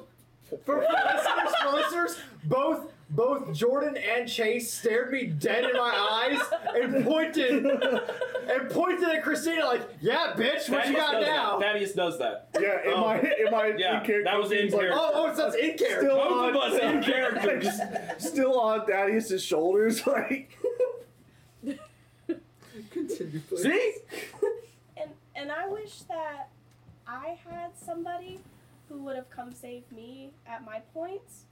S3: For, for listeners, for listeners, both both Jordan and Chase stared me dead in my eyes and pointed and pointed at Christina like, "Yeah, bitch, what you
S4: Thaddeus
S3: got
S4: does
S3: now?"
S4: That. Thaddeus does that.
S6: yeah. In
S4: Oh.
S6: my in my in
S4: Yeah,
S6: character,
S4: that was in
S6: he's like,
S4: character.
S3: oh, oh, so it's in character.
S6: Still
S4: Both of
S6: on-
S4: us in character.
S6: Just still on Thaddeus's shoulders, like.
S3: Continue, please.
S4: See?
S7: And and I wish that I had somebody who would have come save me at my points.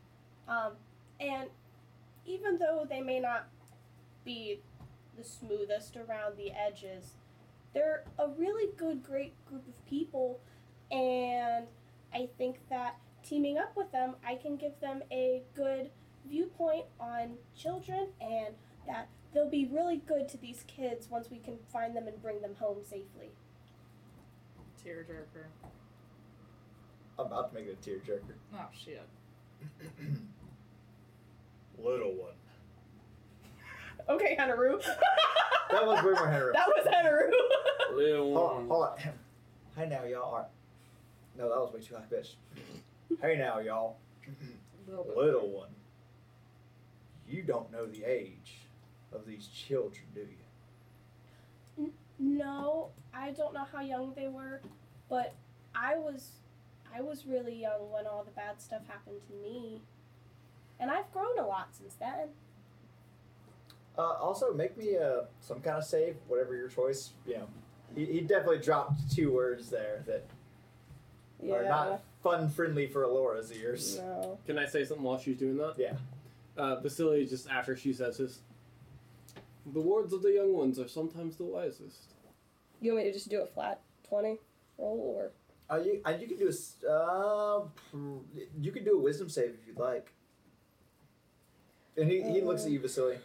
S7: Um, and even though they may not be the smoothest around the edges, they're a really good, great group of people. And I think that teaming up with them, I can give them a good viewpoint on children and that they'll be really good to these kids once we can find them and bring them home safely.
S9: Tearjerker.
S3: I'm about to make it a tearjerker.
S9: Oh shit.
S8: Little one.
S7: Okay, Hanaru.
S3: That was way more Henry.
S7: That was Hanaru.
S4: Little
S3: Hold on,
S4: one.
S3: hold on. Hey now, y'all are. No, that was way too high, bitch. Hey now, y'all.
S9: Little bit.
S3: Little one. You don't know the age of these children, do you?
S7: no, I don't know how young they were, but I was I was really young when all the bad stuff happened to me. And I've grown a lot since then.
S3: Uh, also, make me uh, some kind of save, whatever your choice. You know, he, he definitely dropped two words there that are not fun friendly for Alora's ears.
S7: No.
S2: Can I say something while she's doing that?
S3: Yeah.
S2: Uh, Vasily just after she says this. The words of the young ones are sometimes the wisest.
S7: You want me to just do a flat twenty roll or
S3: Uh, you, uh, you can do a s- uh, you can do a wisdom save if you'd like. And he, he looks at you, Vasily.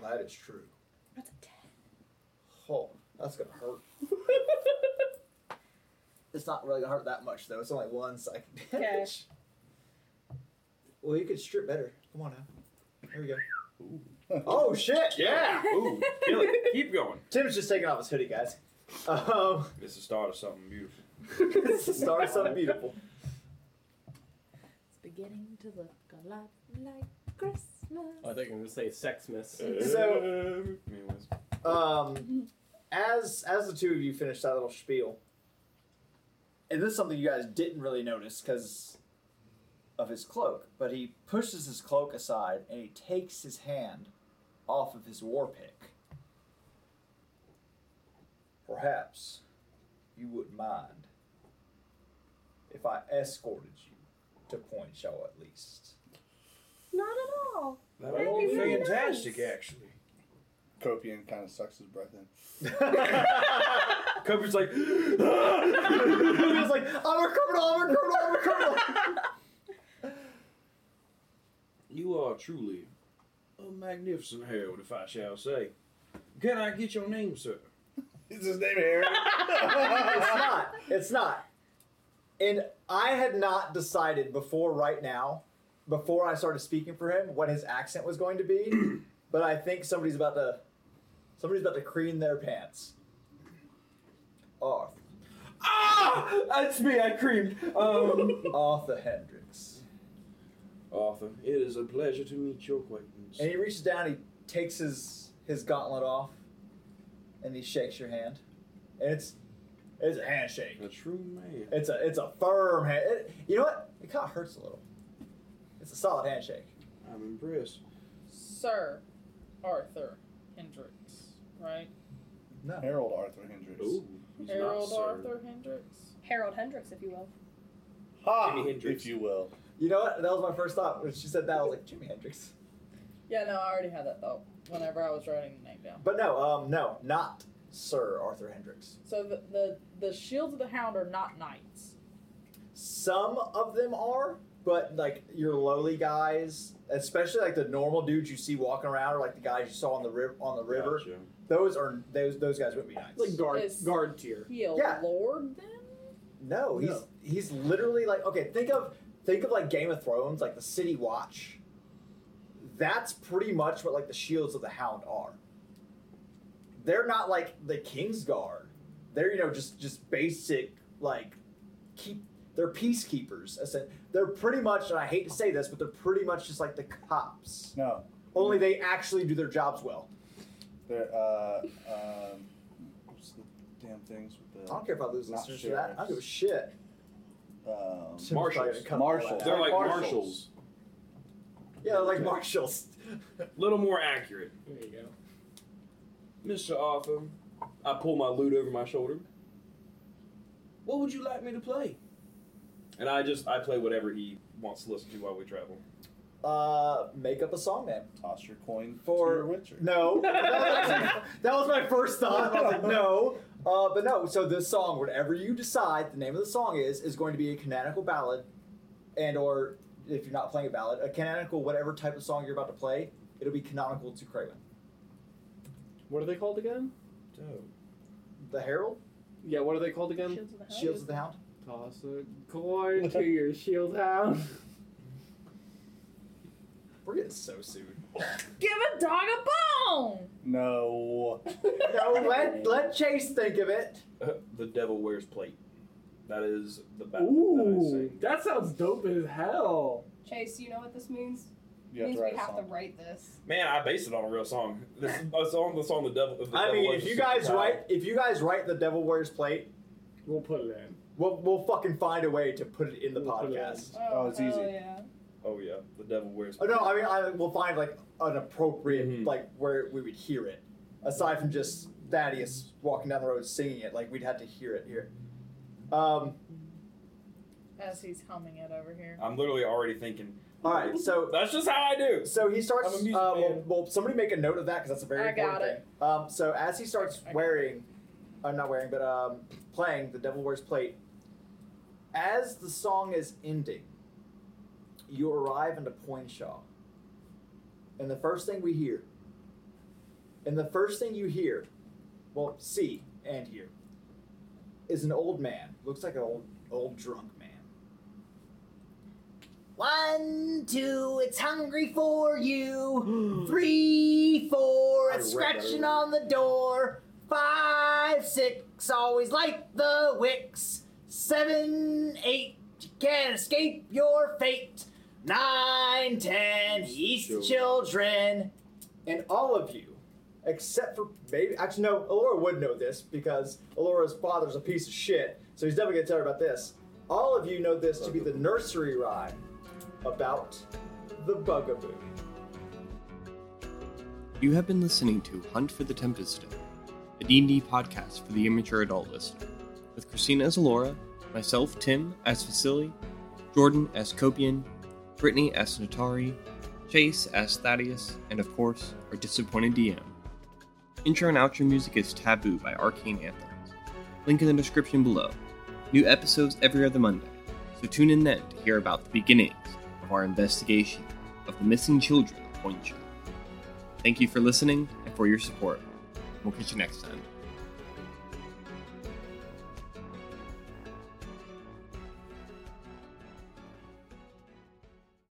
S3: Well, that is true.
S7: that's a ten.
S3: Oh, that's gonna hurt. It's not really gonna hurt that much though. It's only one psychic
S7: Okay.
S3: damage. Well, you could strip better. Come on now. There we go. Oh shit!
S4: Yeah. Ooh, kill it. Keep going.
S3: Tim's just taking off his hoodie, guys. Um,
S4: It's the start of something beautiful.
S3: it's the start of something beautiful.
S5: It's beginning to look a lot like Christmas.
S4: Uh,
S2: I think I'm gonna say Sexmas.
S3: So-
S4: Anyways.
S3: Um, as as the two of you finish that little spiel, and this is something you guys didn't really notice because of his cloak, but he pushes his cloak aside and he takes his hand off of his war pick. Perhaps you wouldn't mind if I escorted you to Point Show at least.
S7: Not at all.
S4: That
S7: That'd
S4: would
S7: be
S4: be
S7: really
S4: fantastic,
S7: nice.
S4: actually.
S6: Copian kind of sucks his breath in.
S4: Cover's like,
S3: he was like, I'm a criminal, I'm a criminal, I'm a criminal.
S4: you are truly a magnificent herald, if I shall say. Can I get your name, sir?
S6: Is his name Harry?
S3: it's not. It's not. And I had not decided before right now before I started speaking for him what his accent was going to be, but I think somebody's about to somebody's about to cream their pants. Off. Ah! That's me. I creamed. Um, Arthur Hendricks.
S4: Arthur, it is a pleasure to meet your acquaintance.
S3: And he reaches down. He takes his his gauntlet off, and he shakes your hand. And it's it's a handshake.
S4: A true man.
S3: It's a it's a firm hand. It, you know what? It kind of hurts a little. It's a solid handshake.
S4: I'm impressed.
S11: Sir Arthur Hendricks, right?
S3: No.
S6: Harold Arthur Hendricks.
S4: Ooh, he's
S11: Harold
S4: not sir.
S11: Arthur Hendricks.
S7: Harold Hendricks, if you will.
S6: Ha!
S4: Jimi Hendrix.
S6: If you will.
S3: Ah, You know what? That was my first thought when she said that. I was like Jimi Hendrix.
S11: Yeah, no, I already had that thought whenever I was writing the name down.
S3: But no, um, no, not Sir Arthur Hendricks.
S11: So the, the the shields of the hound are not knights.
S3: Some of them are, but like your lowly guys, especially like the normal dudes you see walking around, or like the guys you saw on the river. On the river,
S4: Gotcha.
S3: those are those those guys wouldn't be nice.
S2: Like guard
S11: Is-
S2: guard tier.
S11: He a
S3: Yeah.
S11: lord then?
S3: no, he's
S2: No.
S3: he's literally like okay, think of think of like Game of Thrones, like the City Watch. That's pretty much what like the shields of the Hound are. They're not like the King's Guard. They're you know just just basic like keep they're peacekeepers. essen- They're pretty much, and I hate to say this, but they're pretty much just like the cops.
S6: No.
S3: Only they actually do their jobs well.
S6: There, uh, um, what's the damn things with
S3: I
S6: the.
S3: don't care if I lose
S6: Not
S3: listeners to that. I don't give a
S6: sheriffs.
S3: shit.
S6: Um,
S3: Tim's probably gonna
S4: Marshals.
S3: cut all that
S6: Marshals.
S3: out.
S4: They're like marshals.
S6: Marshals.
S3: Yeah, they're like marshals.
S4: A little more accurate.
S2: There you go.
S4: Mr. Arthur, I pull my lute over my shoulder. What would you like me to play? And I just I play whatever he wants to listen to while we travel.
S3: Uh, make up a song name.
S6: toss your coin
S3: For-
S6: to your witcher.
S3: No, that was my first thought. I was like, no. Uh, but no, so this song, whatever you decide the name of the song is, is going to be a canonical ballad, and or if you're not playing a ballad, a canonical whatever type of song you're about to play, it'll be canonical to Craven.
S2: What are they called again?
S3: The Herald,
S2: Yeah, what are they called again?
S7: Shields of the Hound.
S3: Shields of the Hound.
S2: Toss a coin to your shield hound.
S3: We're getting so soon.
S5: Give a dog a bone!
S6: No.
S3: no, let let Chase think of it.
S4: the Devil Wears Plate. That is the battle that I
S2: Ooh,
S4: sing.
S2: that sounds dope as hell.
S7: Chase, you know what this means?
S6: You have
S7: means
S6: to write
S7: we
S6: a
S7: have to
S6: song.
S7: write this.
S4: Man, I based it on a real song. This is a song, the song, the devil. The
S3: I
S4: Devil
S3: mean,
S4: Wears
S3: if you
S4: Plate.
S3: guys write if you guys write the Devil Wears Plate,
S2: We'll put it in.
S3: we'll we'll fucking find a way to put it in the
S2: We'll put it in.
S3: podcast.
S6: Oh, it's
S7: hell
S6: easy.
S7: Yeah.
S4: Oh yeah, the Devil Wears.
S3: Oh, no, I mean, I, we'll find like an appropriate,
S4: Mhm.
S3: like where we would hear it. Aside from just Thaddeus walking down the road singing it, like we'd have to hear it here. Um,
S5: As he's humming it over here.
S4: I'm literally already thinking.
S3: all right, so
S4: That's just how I do.
S3: so he starts.
S4: I'm a music
S3: uh, well,
S4: fan.
S3: well, somebody make a note of that because that's a very
S5: I got
S3: important thing. Um, so as he starts
S5: I- I got
S3: wearing, I'm not wearing, but um, playing the Devil Wears Plate. As the song is ending, you arrive into Poinshaw, and the first thing we hear, and the first thing you hear, well, see and hear, is an old man. Looks like an old old drunk man. One, two, it's hungry for you. Three, four, it's
S4: I read that
S3: scratching
S4: earlier.
S3: on the door. Five, six, always light the wicks. Seven, eight, you can't escape your fate. Nine, ten, he's the children. And all of you, except for maybe, actually, no, Alora would know this because Alora's father's a piece of shit, so he's definitely gonna tell her about this. All of you know this to be the nursery rhyme about the bugaboo.
S1: You have been listening to Hunt for the Tempest Stone, a D&D podcast for the immature adult listener, with Christina as Alora, myself, Tim, as Vasily, Jordan as Copian, Brittany as Natari, Chase as Thaddeus, and of course, our disappointed DM. Intro and outro music is Taboo by Arcane Anthems. Link in the description below. New episodes every other Monday, so tune in then to hear about the beginnings of our investigation of the missing children of Point Show. Thank you for listening and for your support. We'll catch you next time.